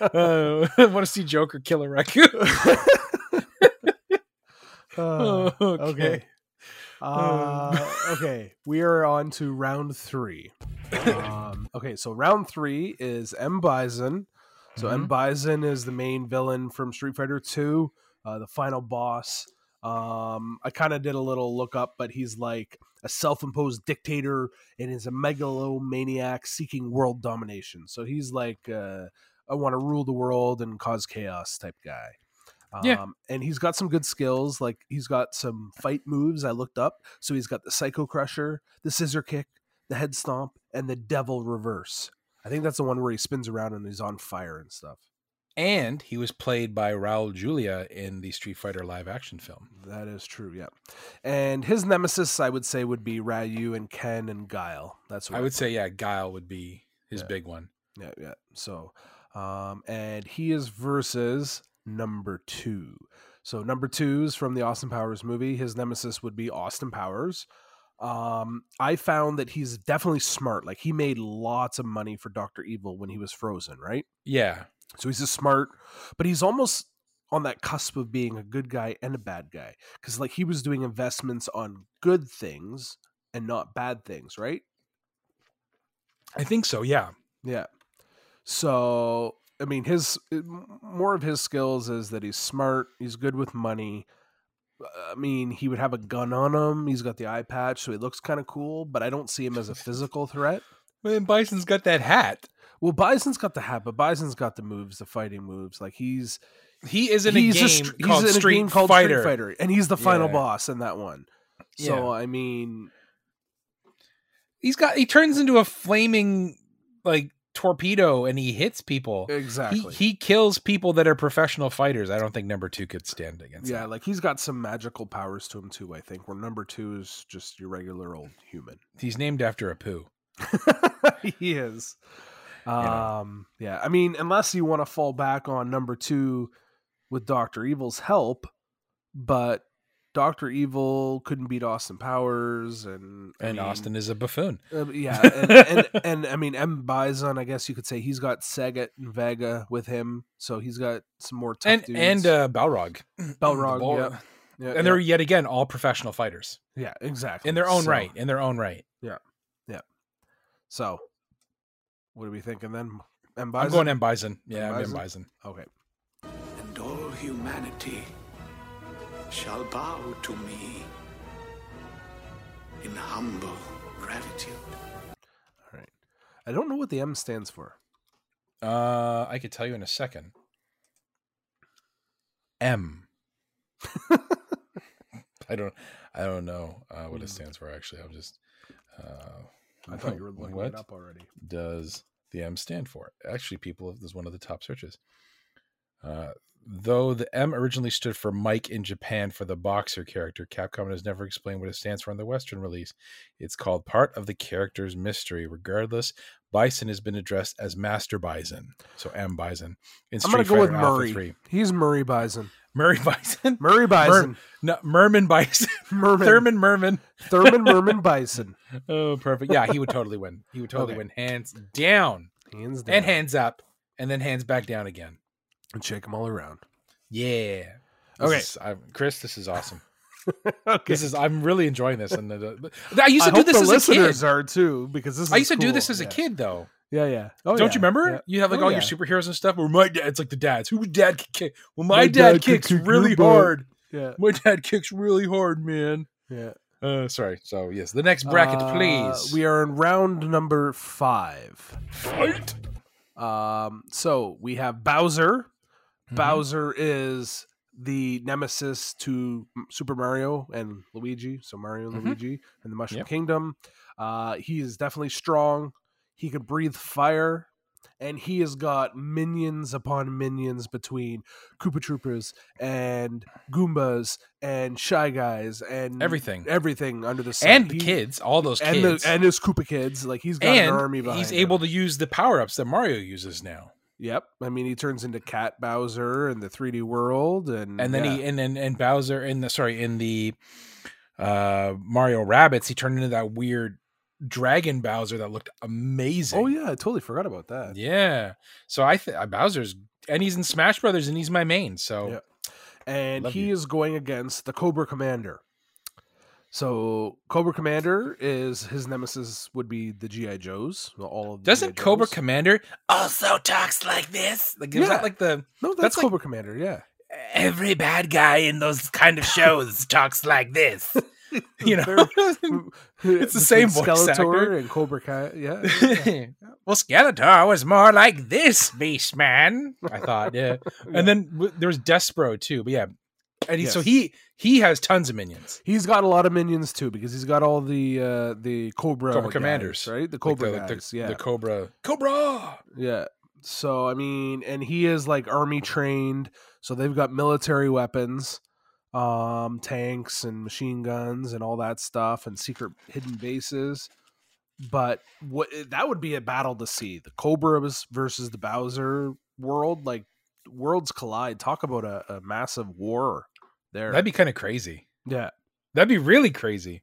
Uh, I want to see Joker kill a raccoon.
Uh,
Oh,
okay. Uh, okay, we are on to round three. Um, okay, so round three is M. Bison. So M.
Mhm.
Bison is the main villain from Street Fighter Two, uh, the final boss. Um, I kind of did a little look up, but he's like a self-imposed dictator and is a megalomaniac seeking world domination. So he's like, uh, I want to rule the world and cause chaos type guy. Um,
Yeah.
And he's got some good skills. Like he's got some fight moves I looked up. So he's got the Psycho Crusher, the Scissor Kick, the Head Stomp, and the Devil Reverse. I think that's the one where he spins around and he's on fire and stuff.
and he was played by Raul Julia in the Street Fighter live action film.
That is true. Yeah. And his nemesis, I would say, would be Ryu and Ken and Guile. That's what
I would say, yeah, Guile would be his
Yeah.
big one.
Yeah, yeah. So, um, and he is versus number two. So number two is from the Austin Powers movie. His nemesis would be Austin Powers. Um, I found that he's definitely smart. Like he made lots of money for Doctor Evil when he was frozen, right?
Yeah.
So he's a smart, but he's almost on that cusp of being a good guy and a bad guy because like he was doing investments on good things and not bad things, right?
I think so. Yeah.
Yeah. So, I mean, his eh, m- more of his skills is that he's smart, he's good with money. I mean, he would have a gun on him. He's got the eye patch, so he looks kind of cool, but I don't see him as a physical threat.
Well, then Bison's got that hat.
Well, Bison's got the hat, but Bison's got the moves, the fighting moves. Like he's
He is in a game
str-
called Street Fighter.
and he's the final
Yeah.
boss in that one. So,
Yeah.
I mean,
He's got he turns into a flaming like torpedo and he hits people.
Exactly.
He, he kills people that are professional fighters. I don't think number two could stand against.
yeah, like he's got some magical powers to him too. I think where number two is just your regular old human.
He's named after a poo.
he is. Um, yeah. I mean, unless you want to fall back on number two with Doctor Evil's help, but Doctor Evil couldn't beat Austin Powers, and I
And
mean,
Austin is a buffoon.
uh, yeah, and, and, and I mean M Bison. I guess you could say he's got Saget and Vega with him, so he's got some more tough
and
dudes.
and uh, Balrog.
Balrog,
The Bal-
yep. Yeah,
and
yeah.
they're yet again all professional fighters.
Yeah, exactly.
In their own
So-
right. In their own right.
yeah, yeah. So, what are we thinking then? M
I'm
Bison.
going M Bison. Yeah, I'm M Bison.
Okay.
and all humanity shall bow to me in humble gratitude.
I don't know what the M stands for.
Uh, I could tell you in a second. M. I don't. I don't know uh, what it stands for. Actually, I'm just. Uh,
Hmm. I thought you were looking it
what
up already.
Does the M stand for? Actually, people this is one of the top searches. Uh, though the M originally stood for Mike in Japan for the boxer character, Capcom has never explained what it stands for in the Western release. It's called Part of the Character's Mystery. Regardless, Bison has been addressed as Master Bison, so M Bison. In
I'm gonna
Street
go with
Fighter Alpha
Murray.
3.
He's Murray Bison.
Murray Bison.
Murray Bison.
no, Merman Bison.
Merman.
Thurman Merman.
Thurman Merman Bison.
Oh, perfect. Yeah, he would totally win. He would totally
Okay.
win. Hands down.
Hands
And
down.
hands up. And then hands back down again.
And shake them all around.
Yeah. This
Okay.
is- I'm, Chris, this is awesome.
Okay.
This is I'm really enjoying this. And the, the- the- I used to do
hope
this
the
as
listeners
a kid.
are too because this. Is
I used to do
cool.
this as
Yeah.
a kid though.
Yeah, yeah. Oh,
Don't
yeah.
you remember?
Yeah.
You have like
Oh,
all
yeah.
your superheroes and stuff. Where my dad, it's like the dads. Who dad can kick? Well, my,
My
dad,
dad can
kicks
kick your
really
butt.
hard.
Yeah.
my dad kicks really hard, man.
Yeah.
Uh, sorry. So yes, the next bracket,
Uh,
please.
We are in round number five.
Fight.
Um, so we have Bowser.
Mm-hmm.
Bowser is the nemesis to M- Super Mario and Luigi. So Mario and
Mhm.
Luigi and the Mushroom
Yep.
Kingdom. Uh, he is definitely strong. He can breathe fire. And he has got minions upon minions between Koopa Troopers and Goombas and Shy Guys and
Everything.
everything under the sun.
and
He-
kids, all those
and
kids,
the, and his Koopa kids. Like he's got
And
an army behind.
he's
him.
able to use the power ups that Mario uses now.
Yep. I mean, he turns into Cat Bowser in the 3D world, and
and then
yeah.
he and, and and Bowser in the sorry in the uh Mario Rabbits he turned into that weird dragon Bowser that looked amazing.
Oh yeah, I totally forgot about that.
Yeah. So I think Bowser's and he's in Smash Brothers and he's my main. So
And
Love
he
you.
is going against the Cobra Commander. So Cobra Commander is his nemesis would be the GI Joes. All of the
doesn't
G.I.
Cobra
Joes.
Commander also talks like this? Like is
Yeah.
that like the
No, that's,
that's like-
Cobra Commander. Yeah.
every bad guy in those kind of shows talks like this? You know, it's the same voice
Skeletor
actor.
and Cobra Kai. Yeah.
well, Skeletor was more like this beast man. I thought, yeah. And then w- there was Despero too, but yeah. And he, so
Yes.
he he has tons of minions.
He's got a lot of minions too because he's got all the uh the Cobra,
Cobra
guys,
commanders,
right? The
Like
Cobra
like
guys, yeah.
the Cobra, Cobra.
Yeah. So I mean, and he is like army trained, so they've got military weapons, um, tanks and machine guns and all that stuff and secret hidden bases. But what eh, that would be a battle to see the Cobras versus the Bowser world, like worlds collide. Talk about a, a massive war there.
That'd be kind of crazy.
yeah.
That'd be really crazy.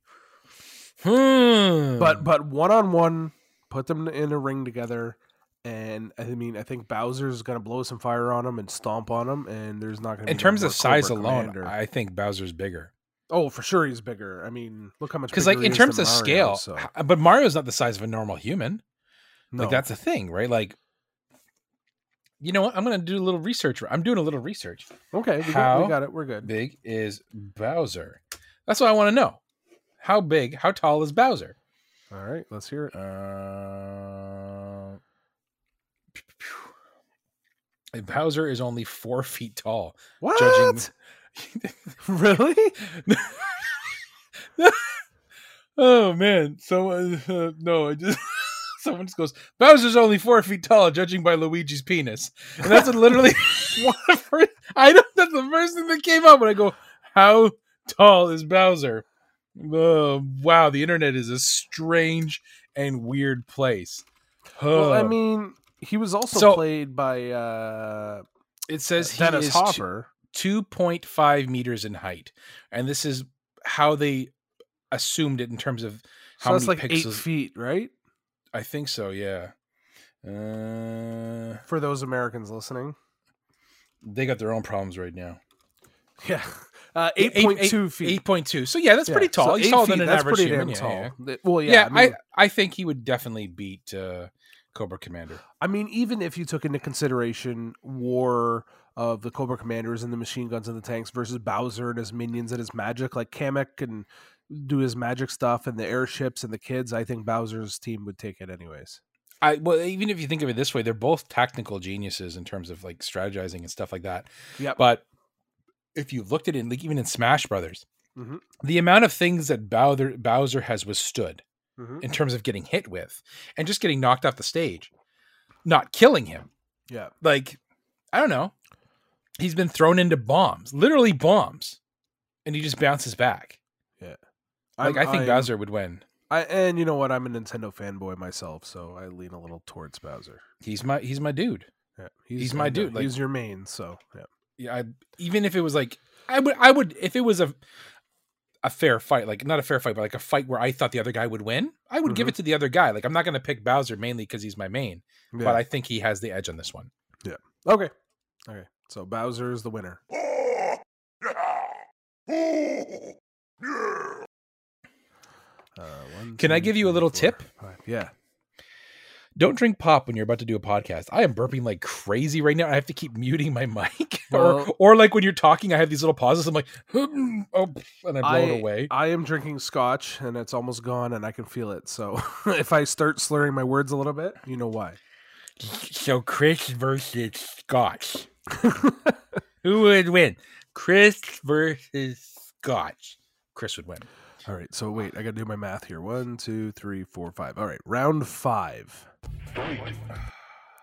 Hmm.
But but one on one, put them in a ring together, and I mean I think Bowser's gonna blow some fire on him and stomp on him, and there's not gonna be
in
no
terms
more
of size
Cobra
alone,
Commander.
I think Bowser's bigger.
oh for sure he's bigger. I mean look how much
Because like
bigger
in
he is
terms
than
of
Mario,
scale,
so-
h- but Mario's not the size of a normal human.
No.
Like that's a thing, right? Like, you know what? I'm gonna do a little research. I'm doing a little research.
okay, we got,
How
we got it. We're good.
big is Bowser? That's what I want to know. How big? How tall is Bowser?
All right, let's hear it.
Uh, Bowser is only four feet tall.
What?
really? oh man! So uh, no, I just Someone just goes, Bowser's only four feet tall, judging by Luigi's penis. And that's literally one of the first, I know that's the first thing that came up when I go, How tall is Bowser? Oh, wow, the internet is a strange and weird place. Oh.
Well, I
Huh.
mean, he was also
So-
played by. uh
It says he
Dennis
is
Hopper.
two point five meters in height, and this is how they assumed it in terms of
So
how
that's
many
like eight
pixels.
feet, right?
I think so. Yeah. Uh,
For those Americans listening,
they got their own problems right now.
yeah, uh,
Eight-
eight point two
eight-
feet.
8.2 So yeah, that's pretty tall.
So
He's
eight
taller
feet,
than an
that's
average
pretty
human.
Damn
yeah,
tall.
yeah, yeah.
Th- Well, yeah. I,
I,
mean,
I think he would definitely beat uh, Cobra Commander.
I mean, even if you took into consideration war of the Cobra Commanders and the machine guns and the tanks versus Bowser and his minions and his magic, like Kamek can do his magic stuff and the airships and the kids, I think Bowser's team would take it anyways.
I well, even if you think of it this way, they're both tactical geniuses in terms of like strategizing and stuff like that.
Yep.
But if you looked at it, like even in Smash Brothers,
Mhm.
the amount of things that Bowser Bowser has withstood
Mhm.
in terms of getting hit with and just getting knocked off the stage, not killing him.
Yeah.
Like, I don't know. He's been thrown into bombs, literally bombs, and he just bounces back.
Yeah.
Like
I'm-
i think
I'm-
Bowser would win.
I and you know what? I'm a Nintendo fanboy myself, so I lean a little towards Bowser.
He's my he's my dude.
Yeah,
He's my
I know,
dude, like-
he's your main, so yeah.
yeah, I, even if it was like I would I would if it was a a fair fight, like not a fair fight, but like a fight where I thought the other guy would win, I would give
Mhm.
it to the other guy. Like I'm not going to pick Bowser mainly because he's my main,
Yeah.
but I think he has the edge on this one.
Yeah. Okay. Okay. So Bowser is the winner. Uh, one,
Can I
two,
give you a little tip?
five. Yeah.
Don't drink pop when you're about to do a podcast. I am burping like crazy right now. I have to keep muting my mic,
Well-
or or like when you're talking, I have these little pauses. I'm like, hmm, oh, and I blow it away.
I am drinking scotch and it's almost gone and I can feel it. So if I start slurring my words a little bit, you know why.
So Chris versus Scotch. Who would win? Chris versus Scotch. Chris would win.
All right. So wait, I got to do my math here. One, two, three, four, five. All right. Round five.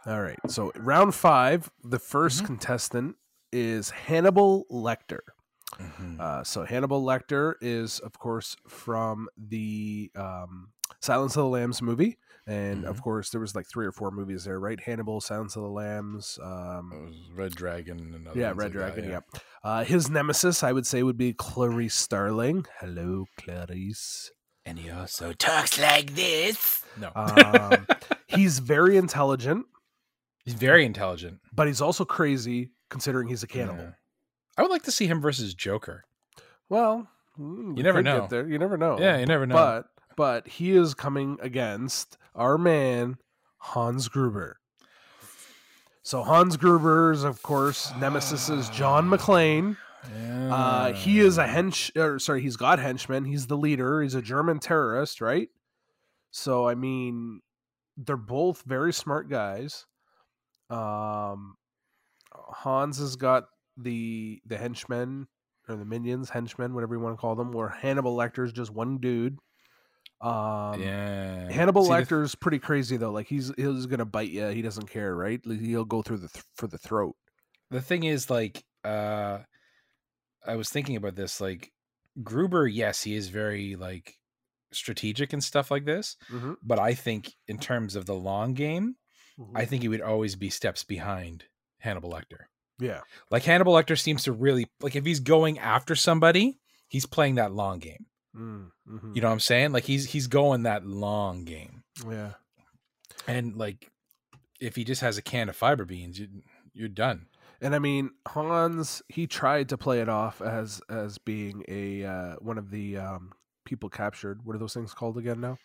All right. So round five, the 1st contestant is Hannibal Lecter. Uh, so Hannibal Lecter is, of course, from the um, Silence of the Lambs movie, and of course there was like three or four movies there, right? Hannibal, Silence of the Lambs, um,
Red Dragon, and other
yeah,
ones
Red
like that,
Dragon,
yeah.
yep. Uh, his nemesis, I would say, would be Clarice Starling. Hello, Clarice.
And he also talks like this. No.
Um, he's very intelligent,
He's very intelligent.
but he's also crazy considering he's a cannibal.
I would like to see him versus Joker.
Well, mm, we
never
could get
know.
there. You never know.
Yeah, you never know.
But but he is coming against our man Hans Gruber. So Hans Gruber is, of course, nemesis is John McClane. Uh, he is a hench. Or sorry, he's got henchmen. He's the leader. He's a German terrorist, right? So I mean, they're both very smart guys. Um, Hans has got the the henchmen or the minions, henchmen, whatever you want to call them. Where Hannibal Lecter is just one dude. Um,
Yeah.
Hannibal
See, the-
Lecter is pretty crazy though. Like he's he's gonna bite you. He doesn't care, right? Like, He'll go through the th- for the throat.
the thing is like uh i was thinking about this like gruber yes he is very like strategic and stuff like this
Mhm.
but i think in terms of the long game i
Mhm.
think he would always be steps behind hannibal lecter
Yeah.
like hannibal lecter seems to really like if he's going after somebody he's playing that long game
Mm-hmm.
you know what i'm saying like he's he's going that long game
Yeah.
and like if he just has a can of fiber beans you, you're done
And I mean, Hans he tried to play it off as as being a uh, one of the um, people captured. What are those things called again now?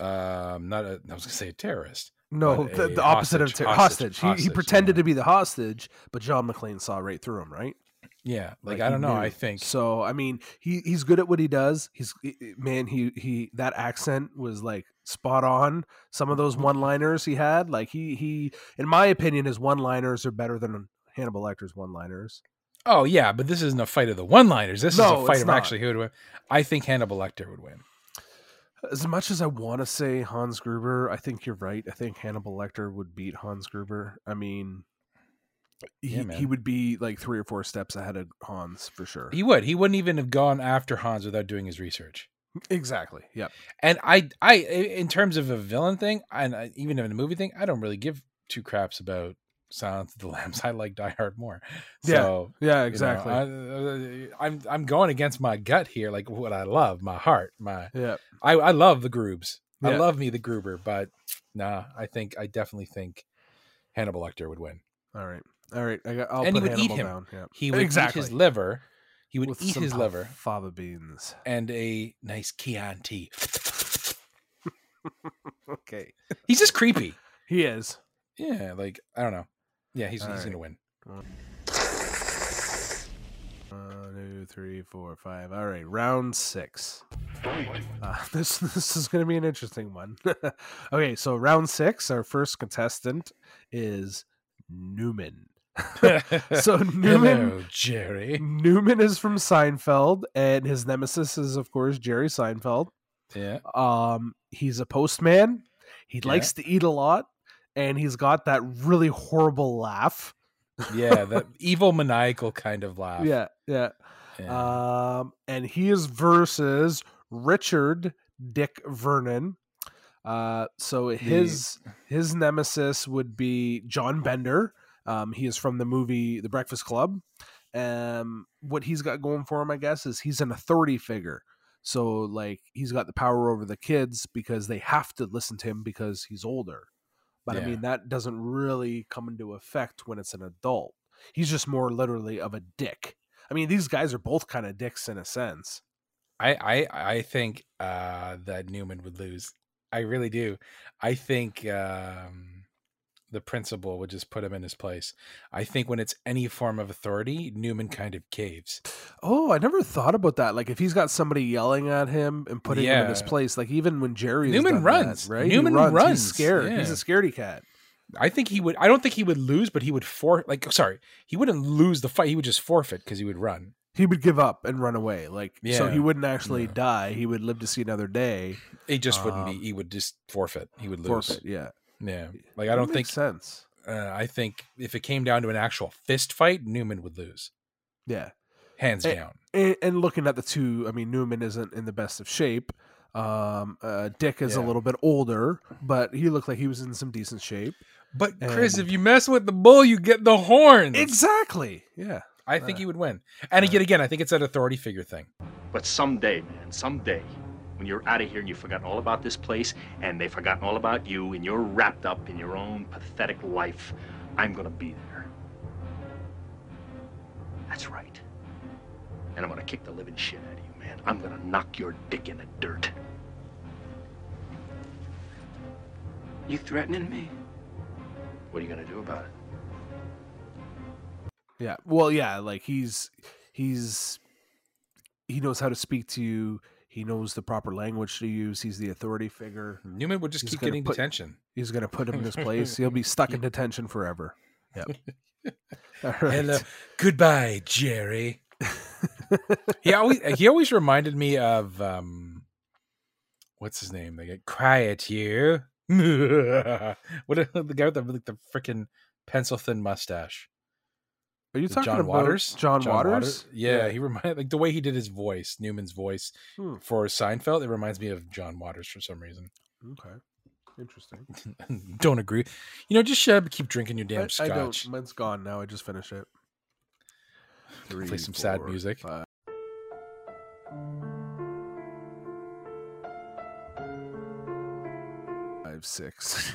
um not a, i was gonna say a terrorist
No,
but
the,
a
the opposite
hostage-
of ter- hostage.
hostage,
He, he
hostage,
pretended to be the hostage, but John McClane saw right through him, right?
Yeah, like, I
he
don't know, I
knew.
think-
so. I mean, he he's good at what he does. He's i- i- man, he he that accent was like spot on. Some of
Mm-hmm.
those one liners he had, like he he, in my opinion, his one liners are better than Hannibal Lecter's one liners.
Oh yeah, but this isn't a fight of the one-liners. This
No,
is a
it's
fight of
not.
actually who would win. I think Hannibal Lecter would win.
As much as I want to say Hans Gruber, I think you're right. I think Hannibal Lecter would beat Hans Gruber. I mean, he,
Yeah,
he
man.
would be like three or four steps ahead of Hans for sure.
He would. He wouldn't even have gone after Hans without doing his research.
Exactly. Yep.
And I, I, in terms of a villain thing, and I- even in a movie thing, I don't really give two craps about Silence of the Lambs. I like Die Hard more.
Yeah.
So,
Yeah,
you know,
exactly.
I, I'm, I'm going against my gut here, like what I love, my heart, my.
Yep.
I, I love the Groobs. I
Yeah.
love me the Gruber, but nah, I think I definitely think Hannibal Lecter would win.
All right. All right. I got, I'll
and
put
he would
Hannibal
eat him.
down. Yep.
He would
exactly.
eat his liver. He would
With
eat
some
his liver
fava beans.
and a nice Chianti.
okay.
He's just creepy.
He is.
Yeah, like I don't know. Yeah, he's,
All
he's gonna
right.
win.
One, two, three, four, five. All right, round six. Uh, this this is going to be an interesting one. okay, so round six. Our first contestant is Newman. so Newman,
Hello, Jerry.
Newman is from Seinfeld, and his nemesis is of course Jerry Seinfeld.
Yeah.
Um, he's a postman. He
Yeah.
likes to eat a lot, and he's got that really horrible laugh.
Yeah, that evil maniacal kind of laugh.
Yeah, yeah. Um, and he is versus Richard Dick Vernon. Uh, so his his nemesis would be John Bender. Um, he is from the movie The Breakfast Club. Um, what he's got going for him, I guess, is he's an authority figure. So like he's got the power over the kids because they have to listen to him because he's older. But I
Yeah.
mean that doesn't really come into effect when it's an adult. He's just more literally of a dick. I mean, these guys are both kind of dicks in a sense.
I I I think uh that Newman would lose. I really do. I think um the principal would just put him in his place. I think when it's any form of authority, Newman kind of caves.
Oh, I never thought about that. Like if he's got somebody yelling at him and putting him in his
Yeah.
place, like even when Jerry has
Newman
done that,
runs,
right? He
Newman
He's
runs,
scared. He's
yeah.
a scaredy cat.
I think he would I don't think he would lose, but he would for like sorry, he wouldn't lose the fight. He would just forfeit because he would run.
He would give up and run away. Like so, he
Yeah,
wouldn't actually die. He would live to see another day.
He just wouldn't
Um,
be he would just forfeit. He would lose.
forfeit, yeah.
Yeah. Like I
That
don't think
makes sense.
Uh, I think if it came down to an actual fist fight, Newman would lose.
Yeah.
Hands
A-
down.
And, and looking at the two, I mean, Newman isn't in the best of shape. Um, uh, Dick is a
Yeah.
little bit older, but he looked like he was in some decent shape.
But Chris,
And-
if you mess with the bull, you get the horns.
exactly, yeah,
I
Uh,
think he would win. And yet again, I think it's that authority figure thing.
But someday, man, someday, when you're out of here and you've forgotten all about this place and they've forgotten all about you and you're wrapped up in your own pathetic life, I'm gonna be there. That's right. And I'm gonna kick the living shit out of you, man. I'm gonna knock your dick in the dirt.
You threatening me?
What are you gonna do about it?
yeah. Well, yeah, like he's he's he knows how to speak to you. He knows the proper language to use. He's the authority figure.
Newman would just
He's
keep
gonna
getting
put-
detention.
He's gonna put him in his place. He'll be stuck in detention forever. Yep. All right.
Hello. Goodbye, Jerry. he always he always reminded me of um what's his name? They get quiet you. what a- the guy with the like the freaking pencil thin mustache.
Are you
The
talking
John
about
Waters?
John Waters?
Yeah,
Yeah.
he reminded like the way he did his voice, Newman's voice
Hmm.
for Seinfeld, it reminds me of John Waters for some reason. Mm,
Okay. Interesting.
Don't agree. You know, just uh, keep drinking your damn
I, I
scotch.
don't. Mine's gone now. I just finished it.
Play some sad music.
Five, six.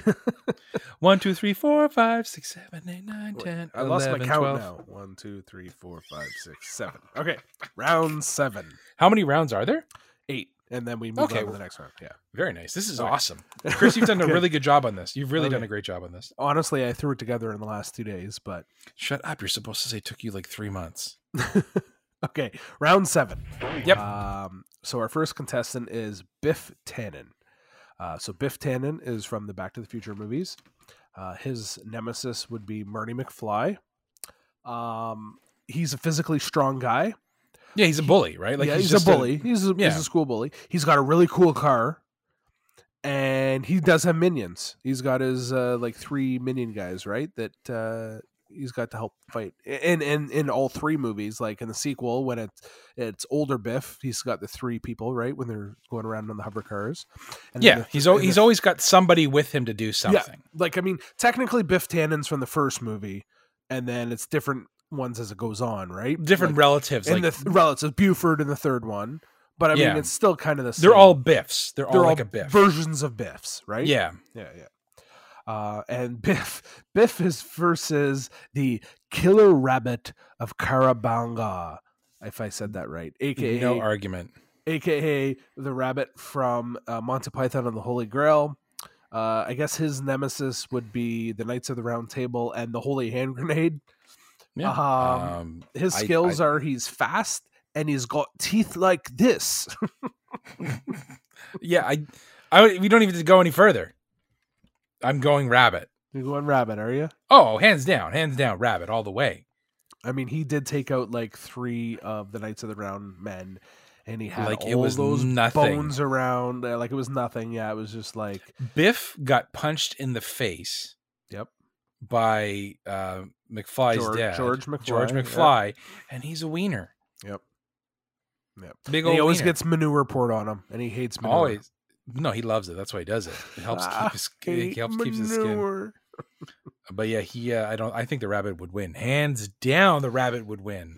One, two, three, four, five, six, seven, eight, nine,
Wait,
ten.
I lost
11,
my count
12.
now. One, two, three, four, five, six, seven. Okay, round seven.
How many rounds are there?
Eight, and then we move
Okay,
on to the
well-
next round. Yeah,
Very nice. This is
Okay.
awesome. Chris, you've done a
Okay.
really good job on this. You've really done
Okay.
a great job on this.
Honestly, I threw it together in the last two days, but
Shut up. You're supposed to say it took you like three months.
okay, round seven.
Yep.
Um, so our first contestant is Biff Tannen. Uh, so Biff Tannen is from the Back to the Future movies. Uh, his nemesis would be Marty McFly. Um, he's a physically strong guy.
Yeah, he's a bully, right?
Like yeah, he's, a
just
bully. he's, a,
yeah.
he's a school bully. He's got a really cool car. and he does have minions. He's got his uh, like three minion guys, right? That uh, he's got to help fight. And and in all three movies, like in the sequel, when it's it's older Biff, he's got the three people, right? When they're going around on the hover cars. then
yeah,
the-
he's al-
and
he's
the-
always got somebody with him to do something.
yeah, like I mean, technically Biff Tannen's from the first movie, and then it's different ones as it goes on, right?
Different
Like-
relatives,
and
like-
the th- relatives Buford in the third one. But I
Yeah.
mean, it's still kind of the same.
They're all Biffs. They're all like a Biff.
versions of Biffs, right?
Yeah.
yeah, yeah. Uh, and Biff, Biff is versus the killer rabbit of Karabanga, if I said that right. AKA
No argument.
AKA the rabbit from uh, Monty Python and the Holy Grail. Uh, I guess his nemesis would be the Knights of the Round Table and the Holy Hand Grenade.
Yeah.
Um,
Um,
his
I-
skills are he's fast and he's got teeth like this.
Yeah, I, I would- we don't even have to go any further. I'm going rabbit.
You're going rabbit, are you?
Oh, hands down, hands down, rabbit all the way.
I mean, he did take out like three of the Knights of the Round men, and he had
Like,
all
it was
those
nothing.
bones around. uh, Like it was nothing. Yeah, it was just like
Biff got punched in the face.
Yep.
By uh, McFly's
George-
dad,
George McFly,
George
yep.
McFly, and he's a wiener.
Yep. Yep.
Big
and
old
he always
wiener.
gets manure poured on him, and he hates manure.
Always. No, he loves it. That's why he does it. It helps
Ah,
keep his it
hate
helps keeps his skin.
manure.
But yeah, he. Uh, I don't. I think the rabbit would win. Hands down, the rabbit would win.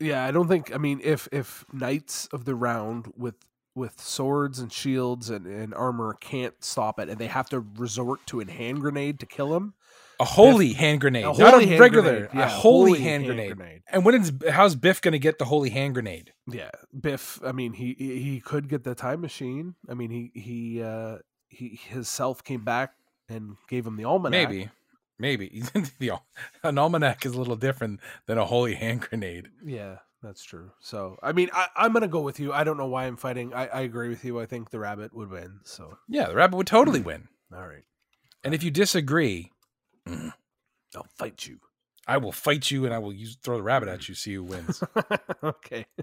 Yeah, I don't think. I mean, if if knights of the round with with swords and shields and, and armor can't stop it, and they have to resort to a hand grenade to kill him,
A holy hand grenade,
a
not
holy
a
hand
regular.
grenade. Yeah,
a holy,
holy
hand,
hand
grenade.
grenade.
And when is how's Biff going to get the holy hand grenade?
yeah, Biff. I mean, he he he could get the time machine. I mean, he he uh he his self came back and gave him the almanac.
Maybe, maybe The al- an almanac is a little different than a holy hand grenade.
Yeah, that's true. So, I mean, I, I'm gonna go with you. I don't know why I'm fighting. I, I agree with you. I think the rabbit would win. So,
Yeah, the rabbit would totally win.
all right,
And if you disagree,
I'll fight you.
I will fight you, and I will use, throw the rabbit at you. See who wins.
okay.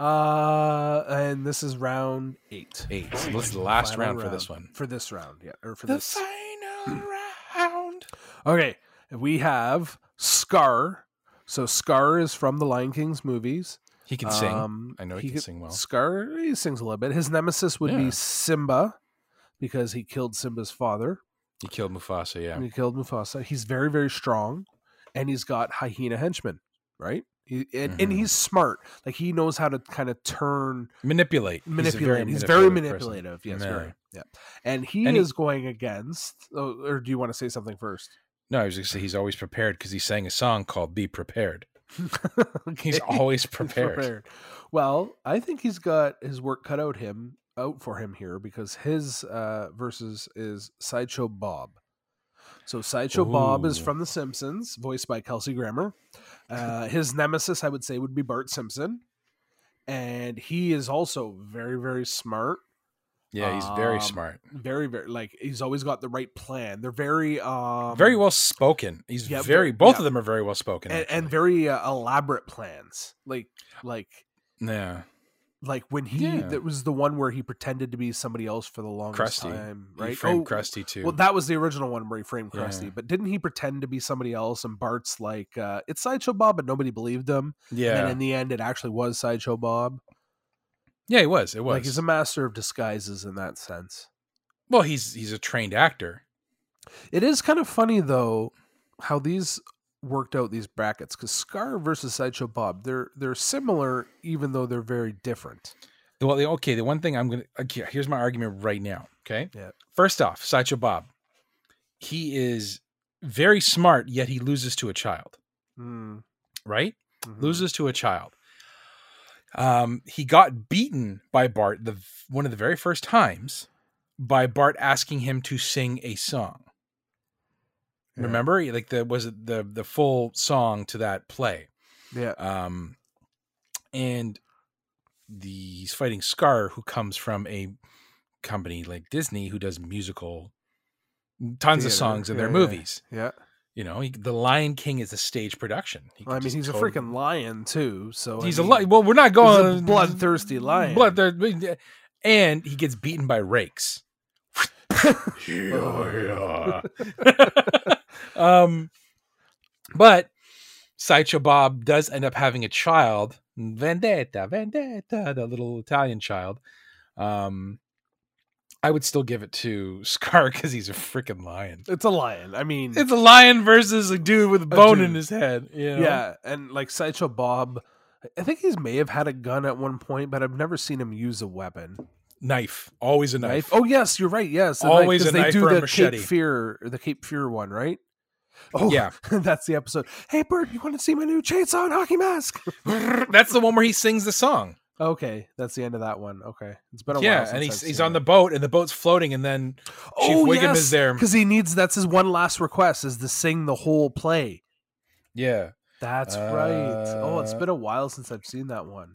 Uh, and this is round eight.
Eight. So this is the last
Final
round for this one. Hmm.
For this round, yeah, or for
The
this.
Hound.
Okay, we have Scar. So Scar is from the Lion King's movies. Um,
He can sing. I know Um, he can
could-
sing well.
Scar, he sings a little bit. His nemesis would
Yeah.
be Simba because he killed Simba's father.
He killed Mufasa. Yeah.
He killed Mufasa. He's very, very strong, and he's got hyena henchmen, right? He, and,
Mm-hmm.
and he's smart. Like he knows how to kind of turn
Manipulate.
manipulate. He's very manipulative.
person.
Yes,
Yeah.
very. Yeah. And he
And he-
is going against. oh, Or do you want to say something first?
No, I was going to say he's always prepared because he sang a song called "Be Prepared." He's always prepared.
Well, I think he's got his work cut out him out for him here because his uh, versus is Sideshow Bob. So Sideshow Bob is
Ooh.
from The Simpsons, voiced by Kelsey Grammer. Uh, his nemesis, I would say, would be Bart Simpson, and he is also very, very smart.
Yeah, he's very
Um,
smart.
Very, very like he's always got the right plan. They're very, um,
very well spoken. He's
yeah,
very.
ver-
Both
yeah.
of them are very well spoken.
and, and very uh, elaborate plans. Like, like
yeah.
like when he
Yeah.
that was the one where he pretended to be somebody else for the longest
Krusty.
time,
He
right? Oh,
framed Krusty, too.
Well, that was the original one where he framed Krusty,
Yeah.
but didn't he pretend to be somebody else? And Bart's like, uh, "It's Sideshow Bob," but nobody believed him. And
Yeah.
then in the end, it actually was Sideshow Bob.
Yeah, he was. It was.
Like he's a master of disguises in that sense.
well, he's he's a trained actor.
It is kind of funny though how these worked out these brackets because Scar versus Sideshow Bob, they're they're similar even though they're very different.
Well, the, okay. The one thing I'm gonna okay, here's my argument right now. Okay.
Yeah.
First off, Sideshow Bob, he is very smart, yet he loses to a child.
Mm.
right?
Mm-hmm.
Loses to a child. Um, he got beaten by Bart the one of the very first times by Bart asking him to sing a song.
Yeah.
Remember, like the was it the the full song to that play,
Yeah.
um, and the he's fighting Scar, who comes from a company like Disney, who does musical tons of
Theater.
songs in
Yeah,
their
yeah.
movies
Yeah.
You know, he, the Lion King is a stage production. He
Well, I mean, he's a
totally-
freaking lion too. So I
he's a
mean,
li- well. We're not
this is a
going
bloodthirsty lion.
Bloodthir- and he gets beaten by rakes. Yeah. um, but Sideshow Bob does end up having a child, Vendetta, Vendetta, the little Italian child. Um, I would still give it to Scar because he's a freaking lion.
It's a lion. I mean,
It's a lion versus a dude with a
a
bone in
dude.
his head. You know?
Yeah, and like Sideshow Bob, I think he's may have had a gun at one point, but I've never seen him use a weapon.
knife, always a knife.
Oh yes, you're right. Yes, the knife,
Always
'cause
a knife
They do
or a
the
machete.
Cape Fear, the Cape Fear one, right? Oh
Yeah.
that's the episode. Hey Bert, you want to see my new chainsaw and hockey mask?
That's the one where he sings the song.
okay, that's the end of that one. Okay, it's been a while.
Yeah,
since
and
I've
he's he's
seen
on
it. Oh,
the boat, and the boat's floating, and then Chief Wiggum is there.
because he needs. That's his one last request is to sing the whole play.
Yeah,
That's right. Oh, it's
Uh,
been a while since I've seen that one.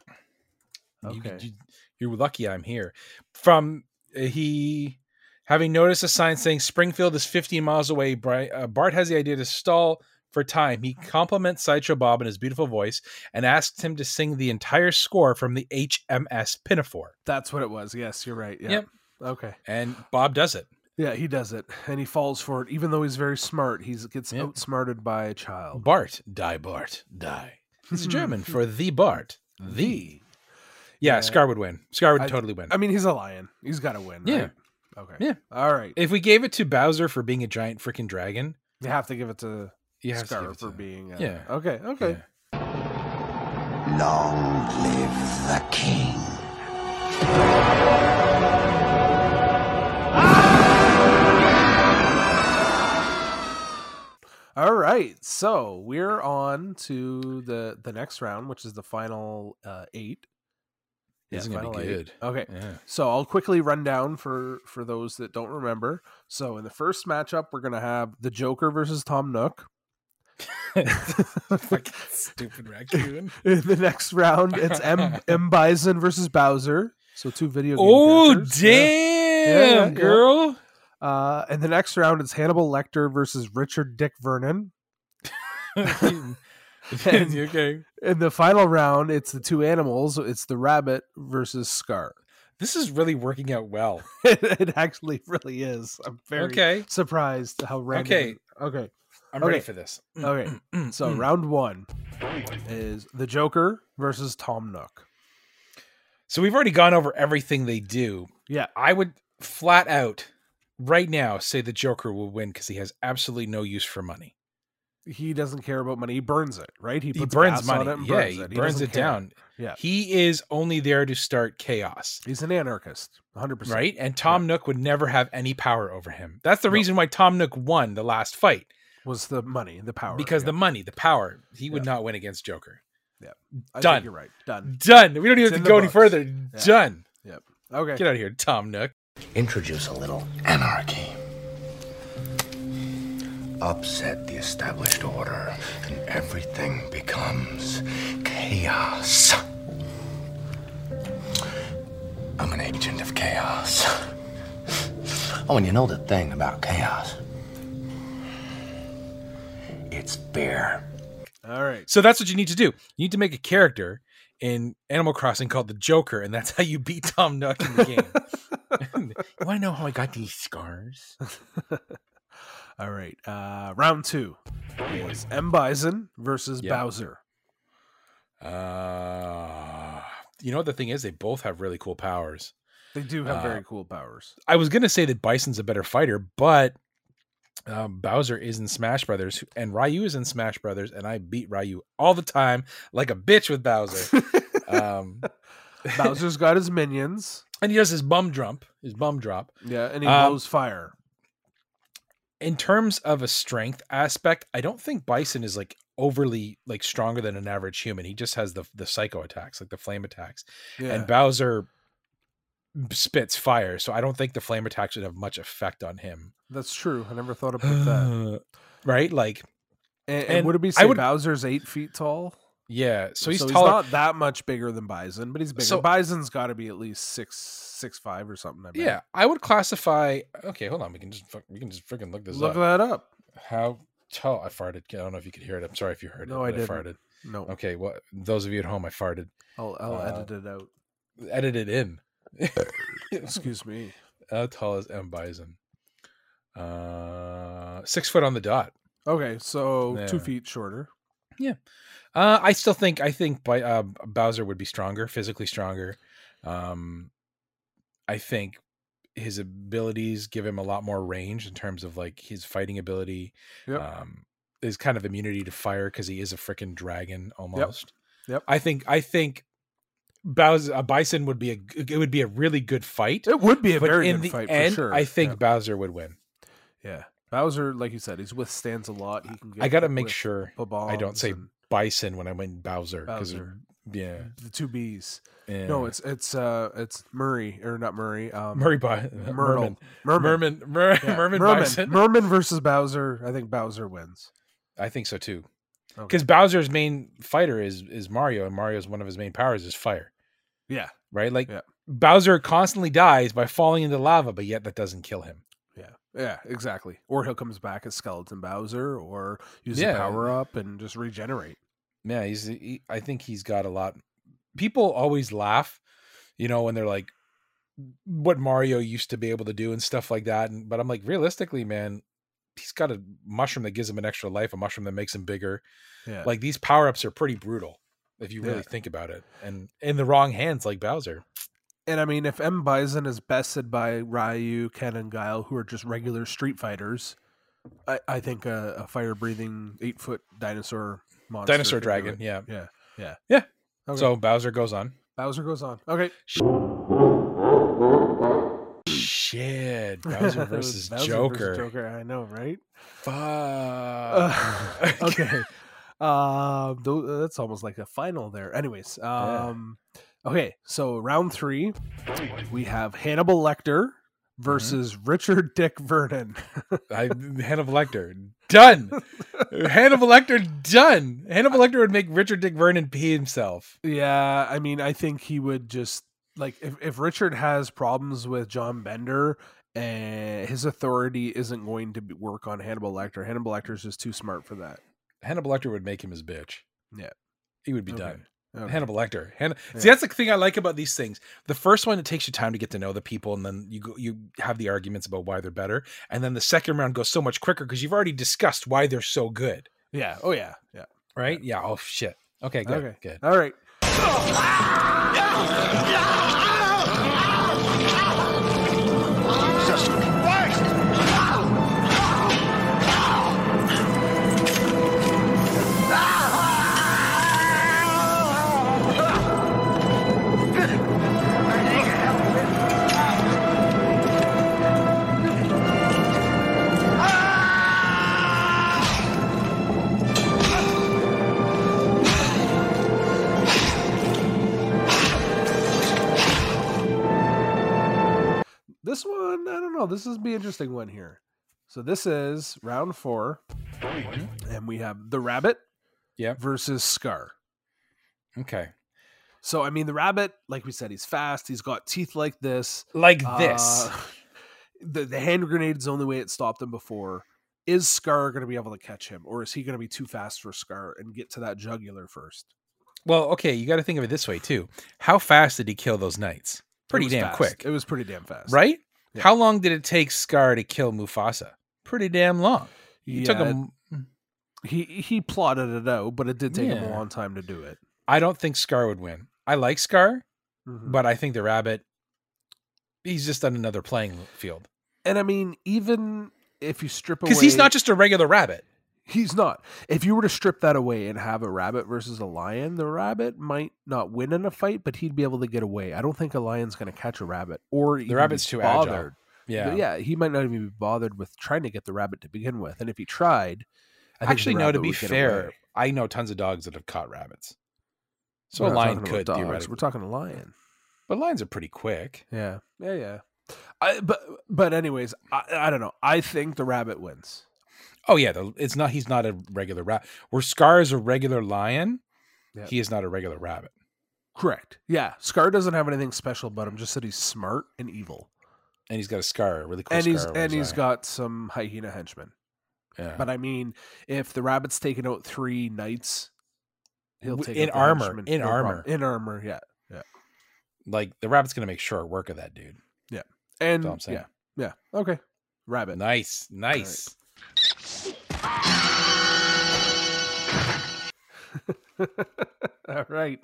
You-
Okay.
You, are lucky I'm here. From uh, he having noticed a sign saying Springfield is 15 miles away, Bri- uh, Bart has the idea to stall for time. He compliments Sideshow Bob in his beautiful voice and asks him to sing the entire score from the HMS Pinafore.
That's what it was. Yes, you're right. Yeah.
Yep.
Okay.
And Bob does it.
Yeah, he does it, and he falls for it. Even though he's very smart, he gets outsmarted by a child.
Bart, die, Bart, die. It's German for the Bart. The. Yeah, Scar would win. Scar would
I-
totally win.
I mean, he's a lion. He's got to win.
Yeah.
right? Okay.
Yeah.
All right.
If we gave it to Bowser for being a giant freaking dragon,
You have to give it to
You have to give
Scar
it
for
to-
being. A,
yeah.
Okay. Okay.
Long live the king.
All right. So we're on to the the next round, which is the final uh, eight.
This is gonna be
final eight.
good.
Okay.
Yeah.
So I'll quickly run down for for those that don't remember. So in the first matchup, we're gonna have the Joker versus Tom Nook.
fucking stupid raccoon.
In the next round, it's M M Bison versus Bowser. So two video game.
Oh,
characters. Yeah. Yeah, yeah,
damn,
yeah.
girl.
Uh, and the next round is Hannibal Lecter versus Richard Dick Vernon. And-
okay.
In the final round, it's the two animals. It's the rabbit versus Scar.
This is really working out well.
it actually really is. I'm very
Okay.
surprised how random.
Okay.
it- Okay.
I'm
Okay.
ready for this.
Okay. so
Hmm.
round one is the Joker versus Tom Nook.
So we've already gone over everything they do.
Yeah.
I would flat out right now say the Joker will win because he has absolutely no use for money.
He doesn't care about money. He burns it, right?
He,
puts
burns
gas
money.
on it and
yeah,
burns
he
it.
burns
doesn't
it
care.
down.
Yeah.
He is only there to start chaos.
He's an anarchist, 100%.
Right? And Tom Nook would never have any power over him. That's the reason why Tom Nook won the last fight.
Was the money, the power.
because
yeah.
the money, the power, he would not win against Joker.
Yeah. I think
Done.
you're right. Done.
Done. We don't
It's
even
in
have to
the
go any
books.
further.
Yeah.
Done.
Yep. Okay.
Get out of here, Tom Nook.
Introduce a little anarchy. Upset the established order, and everything becomes chaos. I'm an agent of chaos. Oh, and you know the thing about chaos? It's fear.
All right.
So that's what you need to do. You need to make a character in Animal Crossing called the Joker, and that's how you beat Tom Nook in the game. you want to know how I got these scars?
All right. Uh, round two is M. Bison versus
Yeah.
Bowser.
Uh, you know what the thing is? They both have really cool powers.
They do have
Uh,
very cool powers.
I was gonna say that Bison's a better fighter, but um, Bowser is in Smash Brothers, and Ryu is in Smash Brothers, and I beat Ryu all the time like a bitch with Bowser. um,
Bowser's got his minions.
and he does his bum drop, his bum drop.
Yeah, and he
Um,
blows fire.
In terms of a strength aspect, I don't think Bison is like overly like stronger than an average human. He just has the the psycho attacks, like the flame attacks,
Yeah.
and Bowser spits fire. So I don't think the flame attacks would have much effect on him,
That's true. I never thought about that.
right? Like,
And, and
and
would it be
I
say
would-
Bowser's eight feet tall?
yeah. So he's
he's
taller.
not that much bigger than Bison, but he's bigger.
So-
Bison's got to be at least six, six five or something. I bet.
Yeah, I would classify. Okay, hold on. We can just fuck- we can just freaking look this
look
up.
that up.
How toe. I farted. I don't know if you could hear it. I'm sorry if you heard
No, I
it. but
didn't.
farted.
No.
Okay. Well, those of you at home, I farted.
I'll, I'll
Uh,
edit it out.
edited in.
Excuse me.
How tall is M Bison? Uh, six foot on the dot.
Okay, so two
Yeah.
feet shorter.
Yeah, uh, I still think I think by uh, Bowser would be stronger, physically stronger. Um, I think his abilities give him a lot more range in terms of like his fighting ability.
Yep.
Um, his kind of immunity to fire because he is a freaking dragon almost.
Yep.
I think I think Bowser a Bison would be a g- it would be a really good fight.
It would be a
but
very
in
good
the
fight for
end,
sure.
I think Bowser would win.
Yeah. Bowser, like you said, he's withstands a lot. He can get
I got to
hit
make
with
sure I don't
bombs
say
and
bison when I mean Bowser. 'cause it-
Bowser.
Yeah.
The two B's.
Yeah.
No, it's it's uh it's Murray or not Murray. Um,
Uh, Murray Bi-
Myrtle.
Merman. Merman- Mer- Merman Bison.
Merman versus Bowser. I think Bowser wins.
I think so too.
Okay.
Because Bowser's main fighter is is Mario, and Mario's one of his main powers is fire.
Yeah.
Right? Like
Yeah.
Bowser constantly dies by falling into lava, but yet that doesn't kill him.
Yeah. Yeah. Exactly. Or he comes back as Skeleton Bowser, or use
Yeah.
a power up and just regenerate.
Yeah, he's. He, I think he's got a lot. People always laugh, you know, when they're like, "What Mario used to be able to do" and stuff like that. And but I'm like, realistically, man, he's got a mushroom that gives him an extra life, a mushroom that makes him bigger.
Yeah.
Like these power ups are pretty brutal if you really
Yeah.
think about it. And in the wrong hands, like Bowser.
And I mean, if M Bison is bested by Ryu, Ken, and Guile, who are just regular Street Fighters, I, I think a, a fire-breathing eight-foot dinosaur monster,
Dinosaur
can do
dragon,
it.
yeah.
yeah, yeah,
Yeah.
Okay.
So Bowser goes on.
Bowser goes on. Okay,
Shit,
It
Bowser
was
versus
Bowser
Joker.
Joker, I know, right?
Fuck.
Uh, okay. Um, tho- that's almost like a final there. Anyways,
Yeah.
um, okay. So round three, we have Hannibal Lecter
Mm-hmm.
versus Richard Dick Vernon.
I Hannibal Lecter done. Hannibal Lecter done. Hannibal Lecter would make Richard Dick Vernon pee himself.
Yeah, I mean, I think he would just like if, if Richard has problems with John Bender, and his authority isn't going to be, work on Hannibal Lecter. Hannibal Lecter is just too smart for that.
Hannibal Lecter would make him his bitch.
Yeah.
He would be
Okay.
done.
Okay.
Hannibal Lecter. Han- See,
Yeah.
that's the thing I like about these things. The first one, it takes you time to get to know the people, and then you go, you have the arguments about why they're better. And then the second round goes so much quicker because you've already discussed why they're so good,
Yeah. Oh yeah. Yeah.
right? Yeah. Oh shit. Okay. Good.
Okay.
Good.
All right.
Jesus Christ!
This one, I don't know. This is be interesting one here. So this is round four, and we have the rabbit,
Mm-hmm. Yeah.
versus Scar.
Okay.
So I mean, the rabbit, like we said, he's fast. He's got teeth like this, Uh,
Like this.
The the hand grenade is the only way it stopped him before. Is Scar going to be able to catch him, or is he going to be too fast for Scar and get to that jugular first?
Well, okay. You got to think of it this way too. How fast did he kill those knights?
It
Pretty
was
damn
fast.
quick.
It was pretty damn fast,
right?
Yeah.
How long did it take Scar to kill Mufasa? Pretty damn long. He took
Yeah,
him.
He he plotted it out, but it did take him a
Yeah.
long time to do it.
I don't think Scar would win. I like Scar,
Mhm.
but I think the rabbit. He's just on another playing field
And I mean, even if you strip away,
because he's not just a regular rabbit.
he's not. If you were to strip that away and have a rabbit versus a lion, the rabbit might not win in a fight, but he'd be able to get away. I don't think a lion's going to catch a rabbit, or even
The rabbit's
be
too agile.
bothered.
Yeah.
yeah, he might not even be bothered with trying to get the rabbit to begin with. And if he tried, I think the
Actually, no.
rabbit
To be
would get
fair,
away.
I know tons of dogs that have caught rabbits, so
We're
a
not
lion
talking
could
about dogs,
theoretically.
We're talking a lion.
But lions are pretty quick.
Yeah, yeah, yeah. I, but but anyways, I, I don't know. I think the rabbit wins.
Oh yeah, the, it's not. He's not a regular rabbit. Where Scar is a regular lion,
Yep.
he is not a regular rabbit.
Correct. Yeah, Scar doesn't have anything special about him. Just that he's smart and evil,
And he's got a scar, a really cool
and
scar.
he's
over
and
his
he's
eye.
got some hyena henchmen.
Yeah.
But I mean, if the rabbit's taken out three knights, he'll
W-
take
in
out the
armor,
henchman,
in
no problem.
armor.
in armor. Yeah, yeah,
Like the rabbit's gonna make short work of that dude.
yeah. And
That's all I'm saying.
yeah, yeah. Okay, rabbit.
Nice, nice. Mm.
All right.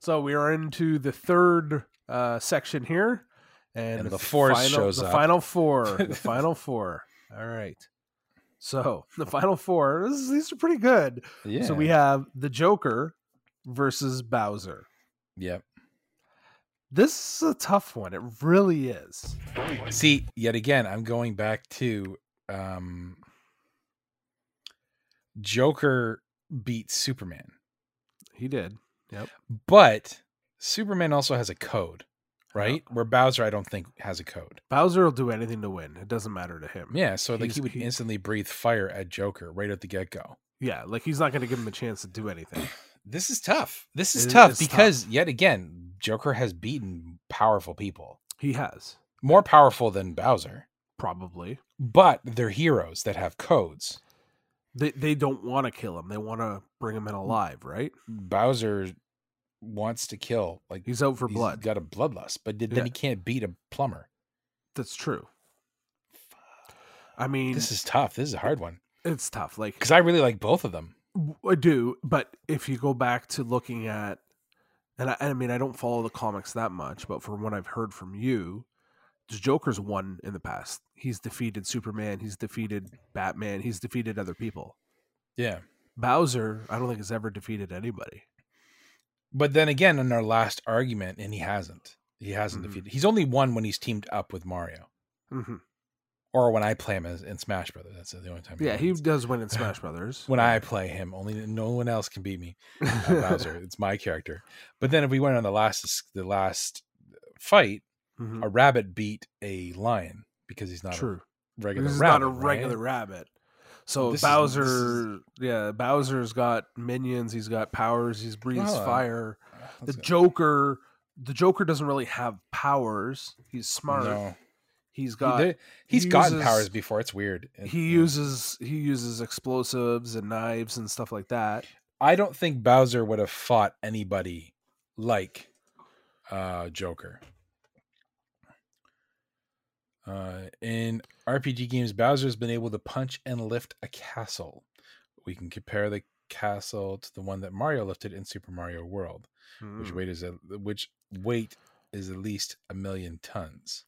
So we are into the third uh, section here, and,
And the force
final,
shows
the
up.
Final four. The final four. All right. So the final four. This, these are pretty good.
Yeah.
So we have the Joker versus Bowser.
Yep.
This is a tough one. It really is.
See, yet again, I'm going back to um Joker beat Superman.
He did. Yep.
But Superman also has a code, right? Where Bowser I don't think has a code.
Bowser will do anything to win. It doesn't matter to him.
Yeah, so like
He's-
he would instantly breathe fire at Joker right at the get go.
Yeah, like he's not going to give him a chance to do anything.
This is tough. This is
It-
tough
it's
because yet again, Joker has beaten powerful people.
He has.
More powerful than Bowser.
Probably.
But they're heroes that have codes.
They they don't want to kill him. They want to bring him in alive, right?
Bowser wants to kill. Like
he's out for blood.
Got a bloodlust, but then
Yeah.
he can't beat a plumber.
That's true. I mean,
This is tough. This is a hard one
it's tough. Like
because I really like both of them.
I do, but if you go back to looking at, and I, I mean, I don't follow the comics that much, but from what I've heard from you, the Joker's won in the past. He's defeated Superman. He's defeated Batman. He's defeated other people.
Yeah,
Bowser, I don't think has ever defeated anybody.
but then again, in our last argument, and he hasn't. He hasn't defeated. He's only won when he's teamed up with Mario,
Mm-hmm.
or when I play him as, in Smash Brothers. That's the only time.
Yeah, he
wins.
does win in Smash Brothers.
When I play him, only no one else can beat me. uh, Bowser, it's my character. But then if we went on the last the last fight,
Mhm.
a rabbit beat a lion because he's not
True.
a regular
This is
rabbit.
not a
right?
regular rabbit. So
This is-
Bowser,
this
yeah, Bowser's got minions. He's got powers. He's breathes
Oh,
fire. The
that's good.
Joker, the Joker doesn't really have powers. He's smart.
No.
He's
He-
got.
there-
he
he's gotten
uses-
powers before. It's weird. It-
He uses he uses explosives and knives and stuff like that.
I don't think Bowser would have fought anybody like uh, Joker. Uh, in RPG games, Bowser has been able to punch and lift a castle. We can compare the castle to the one that Mario lifted in Super Mario World, which
Mm.
weight is a, which weight is at least a million tons.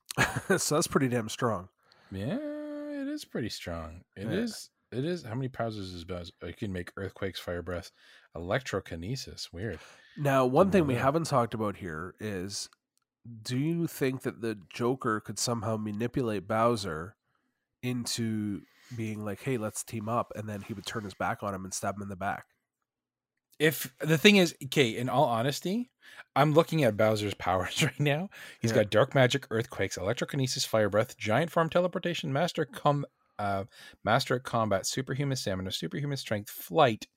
so that's pretty damn strong.
Yeah, it is pretty strong. It
Yeah.
is. It is. How many powers is Bowser? You can make earthquakes, fire breath, electrokinesis. Weird.
Now, one
Didn't
thing
know
we
that.
haven't talked about here is do you think that the Joker could somehow manipulate Bowser into being like, hey, let's team up? And then he would turn his back on him and stab him in the back.
If the thing is, okay, in all honesty, I'm looking at Bowser's powers right now. He's
Yeah.
got dark magic, earthquakes, electrokinesis, fire breath, giant form teleportation, master com, uh, master at combat, superhuman stamina, superhuman strength, flight,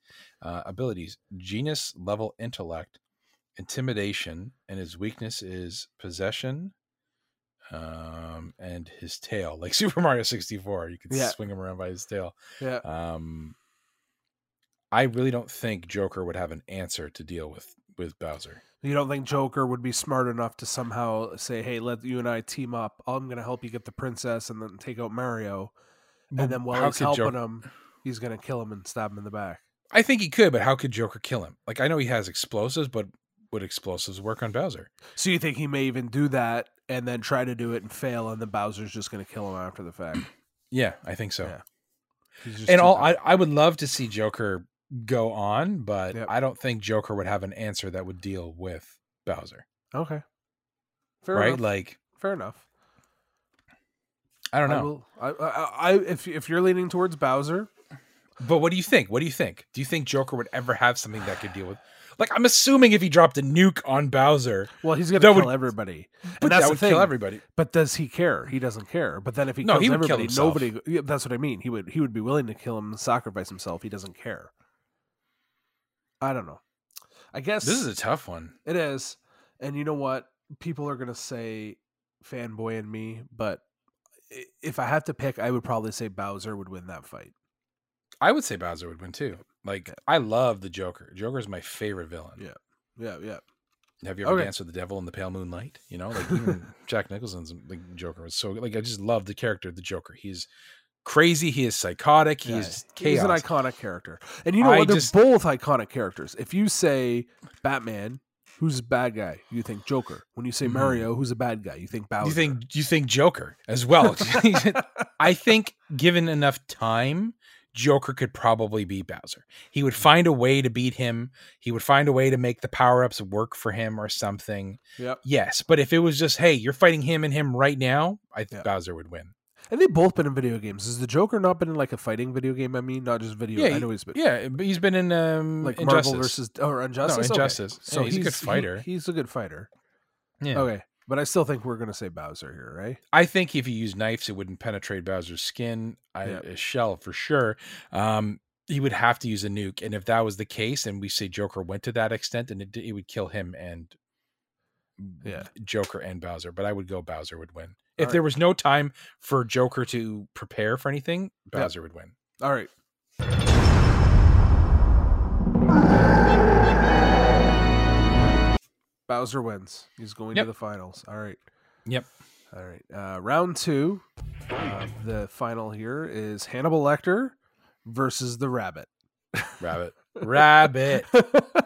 uh, abilities, genius level intellect, intimidation, and his weakness is possession. Um, and his tail, like Super Mario 64, you can
Yeah.
swing him around by his tail.
Yeah.
Um, I really don't think Joker would have an answer to deal with with Bowser.
You don't think Joker would be smart enough to somehow say, hey, let you and I team up. I'm going to help you get the princess and then take out Mario.
But
And then while
how
he's
could
helping
Joker-
him, he's going to kill him and stab him in the back.
I think he could, but how could Joker kill him? Like I know he has explosives, but would explosives work on Bowser?
So you think he may even do that and then try to do it and fail, and then Bowser's just going to kill him after the fact?
Yeah, I think so.
He's just
And
too
all
bad.
I, I would love to see Joker go on, but
Yep.
I don't think Joker would have an answer that would deal with Bowser.
Okay. Fair
right?
enough.
Like
Fair enough.
I don't know.
will- I, I, I, if if you're leaning towards Bowser,
But what do you think? What do you think? Do you think Joker would ever have something that could deal with? Like I'm assuming if he dropped a nuke on Bowser,
well, he's gonna
That
kill
would-
everybody. And
but
that's
that
the
would kill
thing.
everybody.
But does he care? He doesn't care. But then if he
No,
kills
he would kill
everybody,
himself.
nobody. yeah, that's what I mean. He would he would be willing to kill him, and sacrifice himself. He doesn't care. I don't know. I guess
This is a tough one.
It is. And you know what? People are going to say fanboy and me, but i- if I had to pick, I would probably say Bowser would win that fight.
I would say Bowser would win too. Like I love the Joker. Joker is my favorite villain.
Yeah, yeah, yeah.
Have you ever
Okay.
danced with the devil in the pale moonlight? You know, like even Jack Nicholson's like Joker was so like I just love the character of the Joker. He's crazy. He is psychotic. He is chaos.
He's an iconic character. And you know
I
what? They're
just-
both iconic characters. If you say Batman, who's a bad guy? You think Joker. When you say
Mhm.
Mario, who's a bad guy? You think Bowser.
You think you think Joker as well? I think given enough time, Joker could probably beat Bowser. He
Mm.
would find a way to beat him. He would find a way to make the power ups work for him or something.
Yep.
Yes, but if it was just hey, you're fighting him and him right now, I think
Yeah.
Bowser would win.
And they've both been in video games. Has the Joker not been in like a fighting video game? I mean, not just video. I
he-
know he's been.
yeah, but he's been in um,
Like
Injustice.
Marvel versus or
No,
Injustice. Okay.
Injustice.
So
Yeah, he's, a good
he-
fighter.
he's a good fighter.
Yeah.
Okay. But I still think we're gonna say Bowser here, right?
I think if you use knives, it wouldn't penetrate Bowser's skin, I,
Yep.
a shell for sure. Um, he would have to use a nuke, and if that was the case, and we say Joker went to that extent, and it, d- it would kill him and
yeah,
Joker and Bowser. But I would go Bowser would win
All
if
right.
there was no time for Joker to prepare for anything.
Yep.
Bowser would win.
All right. Bowser wins. He's going
Yep.
to the finals. All right.
Yep.
All right. Uh, round two. Uh, the final here is Hannibal Lecter versus the rabbit.
Rabbit. Rabbit.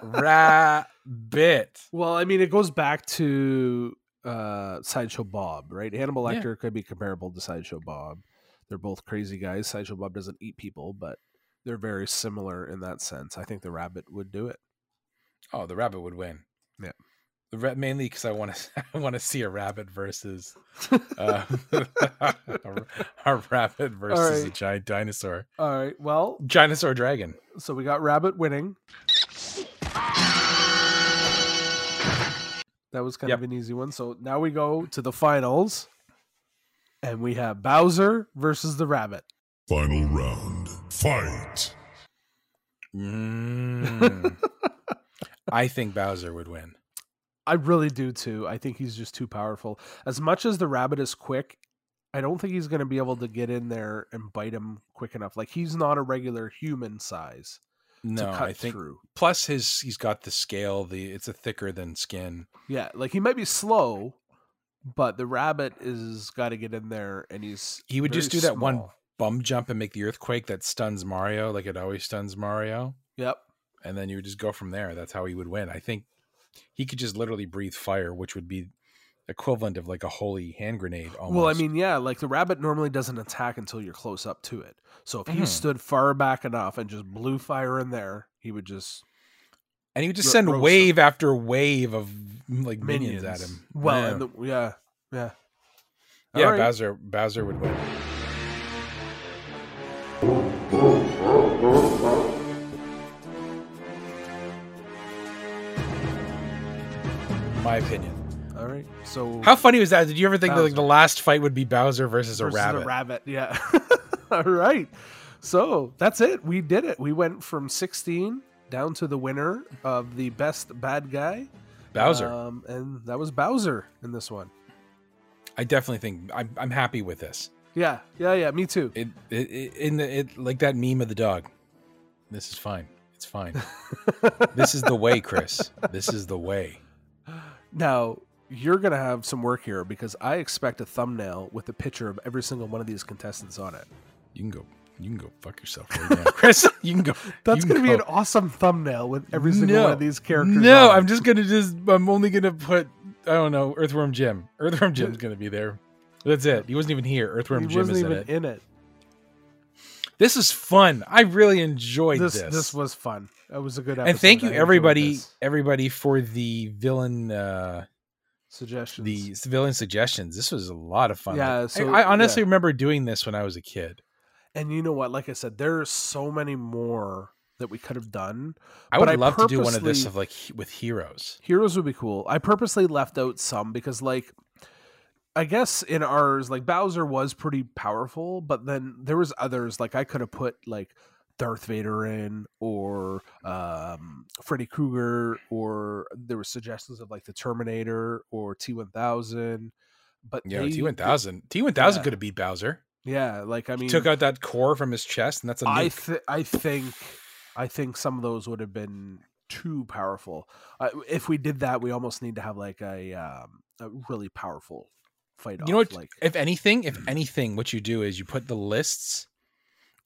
Rabbit.
Well, I mean, it goes back to uh, Sideshow Bob, right? Hannibal
Yeah.
Lecter could be comparable to Sideshow Bob. They're both crazy guys. Sideshow Bob doesn't eat people, but they're very similar in that sense. I think the rabbit would do it.
Oh, the rabbit would win.
Yeah.
The ra- mainly because I want to I want to see a rabbit versus uh, a, a rabbit versus a
right.
giant dinosaur,
All right. Well,
dinosaur dragon.
so we got rabbit winning. That was kind
Yep.
of an easy one. So now we go to the finals, and we have Bowser versus the rabbit.
Final round. Fight.
Mm. I think Bowser would win.
I really do too. I think he's just too powerful. As much as the rabbit is quick, I don't think he's going to be able to get in there and bite him quick enough. Like he's not a regular human size.
No,
cut
I think.
through.
Plus, his he's got the scale. The it's a thicker than skin.
Yeah, like he might be slow, but the rabbit is got to get in there, and he's
He would just do
very
that one
small.
bum jump and make the earthquake that stuns Mario, like it always stuns Mario.
Yep.
and then you would just go from there. That's how he would win. I think he could just literally breathe fire, which would be equivalent of like a holy hand grenade. Almost.
Well, I mean, yeah, like the rabbit normally doesn't attack until you're close up to it. So if he
Mhm.
stood far back enough and just blew fire in there, he would just
and he would just
ro-
send
roast
wave after wave of mm, like minions,
minions
at him.
Well,
yeah,
and the, yeah, yeah,
Yeah,
Alright.
Bowser, Bowser would win. My opinion.
All right. So
How funny was that? Did you ever think that like
Bowser.
the last fight would be Bowser versus, a rabbit?
yeah. All right. So that's it. We did it. We went from 16 down to the winner of the best bad guy,
Bowser.
um, and that was Bowser in this one.
I definitely think I'm, I'm happy with this.
Yeah, yeah, yeah. Me too.
It, it, it in the it like that meme of the dog. This is fine. It's fine. this is the way, Chris. This is the way.
Now you're gonna have some work here because I expect a thumbnail with a picture of every single one of these contestants on it.
You can go. You can go fuck yourself right now, Chris. You can go.
That's
you can
gonna be an
go.
awesome thumbnail with every single one
No.
of these characters.
No,
on it.
I'm just gonna just. I'm only gonna put. I don't know. Earthworm Jim. Earthworm Jim's gonna be there. That's it. He wasn't even here. Earthworm
He
Jim
wasn't
is
even
in it.
in it.
This is fun. I really enjoyed
This,
this.
this was fun. That was a good episode.
and thank
I
you
enjoyed
everybody,
this.
everybody for the villain. uh
Suggestions.
the villain suggestions. This was a lot of fun.
Yeah,
Like,
so-
I, I honestly
yeah.
remember doing this when I was a kid.
And you know what? Like I said, there are so many more that we could have done.
I
but
would love to do one of this
purposely-
of like he- with heroes.
heroes would be cool. I purposely left out some because, like, I guess in ours, like Bowser was pretty powerful, but then there was others. Like I could have put like Darth Vader in, or um, Freddy Krueger, or there were suggestions of like the Terminator or T one thousand. But
Yeah,
they-
T one thousand. T one thousand
Yeah.
could have beat Bowser.
Yeah, like I mean,
took out that core from his chest, and that's a nuke.
I th- I think I think some of those would have been too powerful. Uh, if we did that, we almost need to have like a um, a really powerful fight.
you know
off,
what?
Like
if anything,
Mm.
if anything, what you do is you put the lists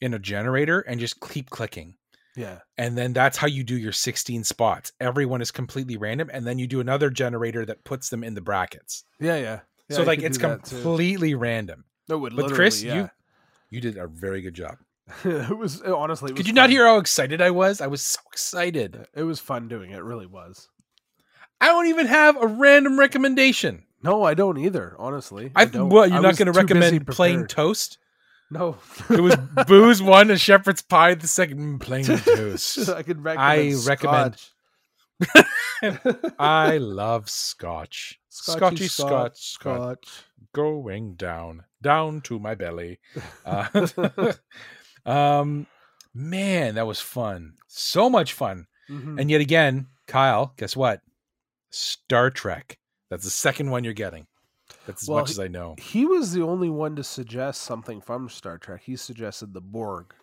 in a generator and just keep clicking.
yeah,
And then that's how you do your 16 spots. Everyone is completely random. And then you do another generator that puts them in the brackets.
yeah, yeah. Yeah,
so
I
like
could
it's
do that too.
completely random.
It would
But
literally,
Chris,
yeah.
you you did a very good job.
it was it honestly. It was
Could you not hear how excited I was? I was so excited.
It was fun doing it. Really was.
I don't even have a random recommendation.
No, I don't either. Honestly,
I,
don't.
what you're
I
not
was
going to
too busy
recommend plain
prepared.
toast?
No,
It was booze one and shepherd's pie the second Mm, plain toast.
I could
I
recommend
recommend.
Scotch.
I love scotch.
Scotchy
Scotchy,
Scotch,
scotch, scotch, Going down, down to my belly. Uh, um, man, that was fun. So much fun.
Mhm.
And yet again, Kyle, guess what? Star Trek. That's the second one you're getting. That's as
Well,
much as I know.
He was the only one to suggest something from Star Trek. He suggested the Borg.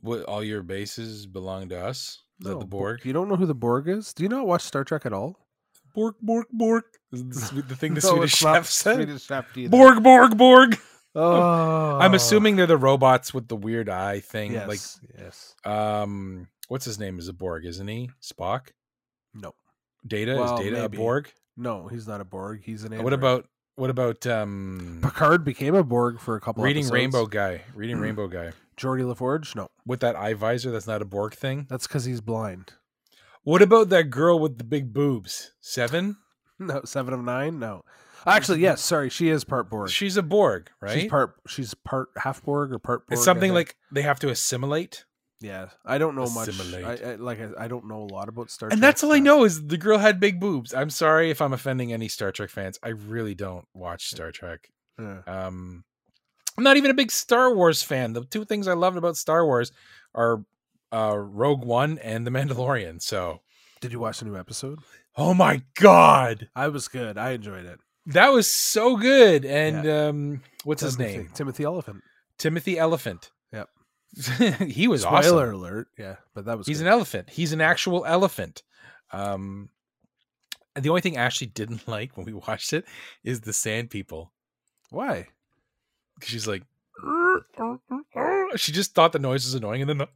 What, all your bases belong to us? Is that
No,
the Borg?
You don't know who the Borg is? Do you not watch Star Trek at all?
Borg, Borg, Borg. Is this the thing the
No,
Swedish
it's not
chef
the
said?
Swedish chef either.
Borg, Borg, Borg.
Oh.
I'm assuming they're the robots with the weird eye thing.
Yes,
like,
yes.
Um, what's his name? Is a Borg, isn't he? Spock.
No.
Data
Well,
is Data
maybe.
a Borg.
No, he's not a Borg. He's an. Android.
What about what about um
Picard became a Borg for a couple.
reading
episodes.
Rainbow guy?
Mm.
Reading Rainbow guy
Geordie LaForge. No,
with that eye visor. That's not a Borg thing.
that's because he's blind.
What about that girl with the big boobs? Seven.
No, seven of nine. No, actually, yes. Sorry, she is part Borg.
She's a Borg, right?
She's part. She's part half Borg or part. Borg,
it's
I
something
think.
like they have to assimilate.
Yeah, I don't know much.
Assimilate.
I, I like I, I don't know a lot about Star.
and
Trek.
that's all I know is the girl had big boobs. I'm sorry if I'm offending any Star Trek fans. I really don't watch Star Trek.
Yeah.
Um, I'm not even a big Star Wars fan. The two things I loved about Star Wars are uh, Rogue One and The Mandalorian. So,
Did you watch the new episode?
oh my god,
I was good. I enjoyed it.
that was so good. And um, what's his
Timothy-
name?
Timothy Elephant.
Timothy Elephant.
Yep.
he was awesome.
Spoiler alert. Yeah, but that was
he's
good.
an elephant. He's an actual elephant. Um, and the only thing Ashley didn't like when we watched it is the sand people.
Why?
'Cause She's like, she just thought the noise was annoying, and then the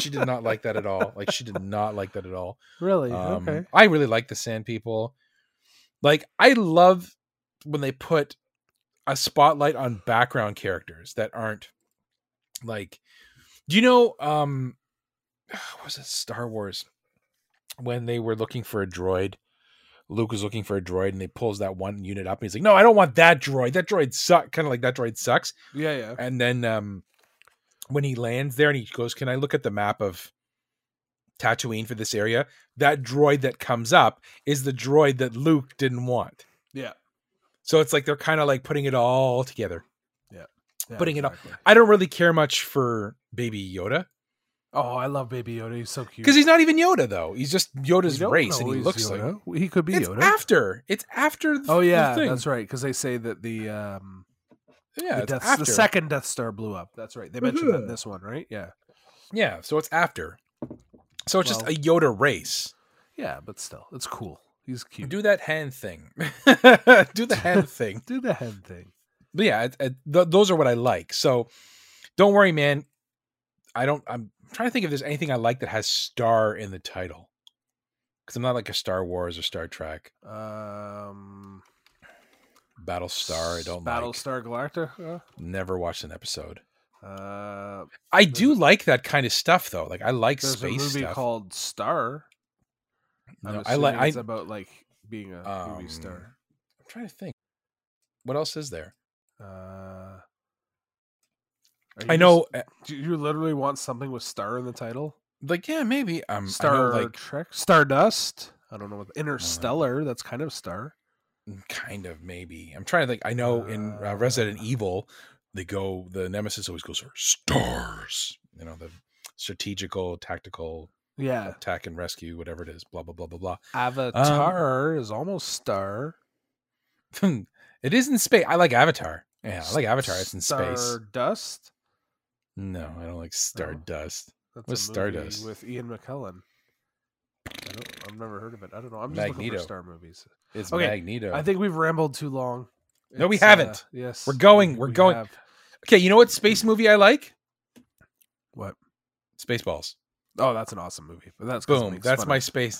she did not like that at all. Like she did not like that at all.
Really?
Um,
okay.
I really like the sand people. Like I love when they put a spotlight on background characters that aren't like do you know um was it Star Wars when they were looking for a droid Luke was looking for a droid and they pulls that one unit up and he's like no I don't want that droid that droid suck kind of like that droid sucks
Yeah, yeah.
and then um when he lands there and he goes can I look at the map of Tatooine for this area that droid that comes up is the droid that Luke didn't want
Yeah.
so it's like they're kind of like putting it all together
Yeah. Yeah,
putting
exactly.
it all I don't really care much for baby Yoda
Oh, I love Baby Yoda. He's so cute.
Because he's not even Yoda though. He's just Yoda's
We don't know
race, and he
he's
looks
Yoda.
like
he could be
it's
Yoda.
After it's after. The,
oh yeah,
the thing.
that's right. Because they say that the um,
Yeah,
the,
it's
Death- the
after.
second Death Star blew up. That's right. They mentioned that in
Mhm.
this one, right? Yeah.
Yeah, so it's after. So it's
Well-
just a Yoda race.
Yeah, but still, it's cool. He's cute.
Do that hand thing. Do the hand thing.
Do the head thing.
But yeah, it, it- th- those are what I like. So don't worry, man. I don't. I'm trying to think if there's anything I like that has star in the title. Because I'm not like a Star Wars or Star Trek,
Um,
Battlestar. I don't like.
Battlestar Galactica.
Never watched an episode.
Uh,
I do like that kind of stuff though. Like I like
there's a
space
movie
stuff.
called Star. I'm
No, I
assuming
like. I,
it's about like being a movie
Um,
star.
I'm trying to think. What else is there?
Uh, are
I
you
know, eh,
s- do you literally want something with star in the title?
Like yeah, maybe um, I know,
Star
like Uh-huh.
Trek, Stardust. I don't know what Interstellar. That's kind of star.
kind of maybe. I'm trying to think. I know in uh, Resident
Ah.
Evil, they go the nemesis always goes for stars. You know the strategical, tactical,
Yeah.
attack and rescue, whatever it is. Blah blah blah blah blah.
Avatar is almost star.
and Hmm, It is in space. I like Avatar. Yeah, I like Avatar. It's in space.
Stardust.
No, I don't like
Oh.
Stardust.
That's
What's
a movie
Stardust?
with Ian McKellen. I don't, I've never heard of it. I don't know. I'm just looking
Magneto.
for star movies.
It's Magneto.
I think we've rambled too long.
No, we
It's, uh,
haven't.
yes,
we're going. We're
we
going.
have.
Okay, you know what space movie I like?
What?
Spaceballs.
Oh, that's an awesome movie. But that's 'cause it
Boom.
makes
That's
fun
my
of-
space.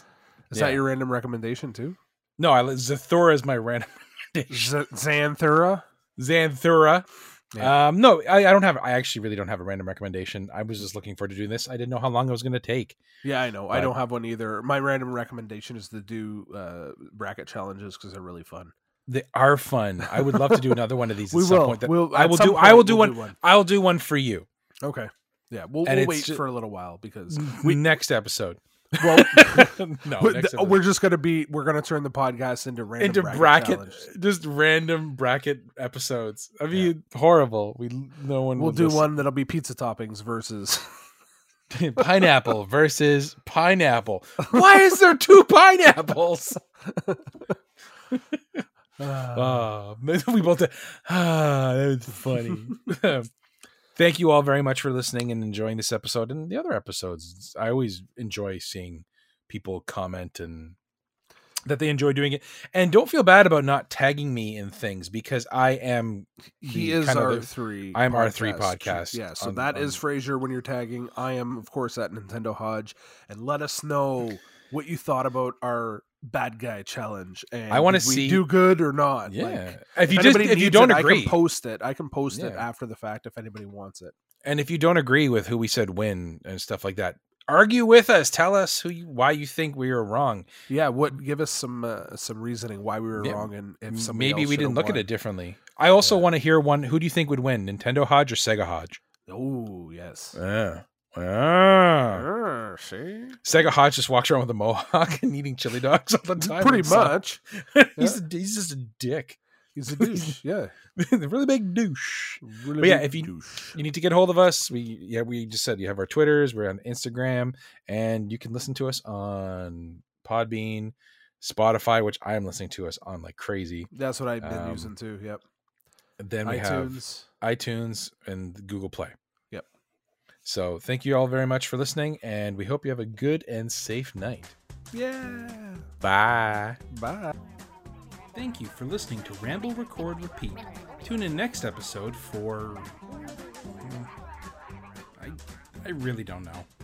Is
Yeah.
that your random recommendation too?
No, I li- Zathura is my random recommendation.
Z- Xanthura.
Xanthura.
Yeah.
Um, no, I, I don't have. I actually really don't have a random recommendation. I was just looking forward to doing this. I didn't know how long it was going to take.
Yeah, I know. I
But-
don't have one either. My random recommendation is to do uh, bracket challenges because they're really fun.
They are fun. I would love to do another one of these. At
We
some
will.
Point that
We'll-
I
at
will
some
do. I will
point
do,
we'll
one,
do one.
I'll do one for you.
Okay. Yeah, we'll,
And
we'll
it's
wait
ju-
for a little while because
We next episode.
well,
no,
we're,
Oh, next episode.
oh, we're just gonna be we're gonna turn the podcast into random
into
bracket,
bracket,
challenges.
just random bracket episodes. I mean, horrible. We no one.
We'll
would
do
listen.
one that'll be pizza toppings versus.
pineapple versus pineapple. Why is there two pineapples? Ah, we both. Ah, that was funny. Thank you all very much for listening and enjoying this episode and the other episodes. It's- I always enjoy seeing people comment and that they enjoy doing it. And don't feel bad about not tagging me in things because I am.
He
the-
is
kind of the-
R three.
I am R three podcast.
Yeah, so
on-
that is
on-
Frazier when you're tagging. I am, of course, at Nintendo Hodge, and let us know what you thought about our bad guy challenge. And
I wanna
did we
see-
do good or not.
Yeah.
Like,
If you just-
anybody
if you
needs
don't
it, I
agree-
can post it. I can post it
Yeah.
after the fact if anybody wants it.
And if you don't agree with who we said win and stuff like that, argue with us. Tell us who you, why you think we were wrong.
Yeah, what give us some uh, some reasoning why we were
Yeah,
wrong and if
m-
somebody
maybe
else
we
should have
didn't look
won.
at it differently. I also want to hear one. Who do you think would win, Nintendo Hodge or Sega Hodge?
Oh yes.
Yeah. Ah.
Er, see?
Sega Hodge just walks around with a mohawk and eating chili dogs all the time.
Pretty
and stuff.
much.
he's, a, he's just a dick.
He's a douche. Yeah.
really big douche.
Really
but yeah,
big
if you you need to get hold of us, we yeah we just said you have our Twitters, we're on Instagram, and you can listen to us on Podbean, Spotify, which I am listening to us on like crazy.
That's what I've been
Um,
using too. Yep.
Then we
iTunes.
have iTunes and Google Play.
Yep.
So thank you all very much for listening, and we hope you have a good and safe night.
Yeah.
Bye.
Bye.
Thank you for listening to Ramble Record Repeat. Tune in next episode for. I, I really don't know.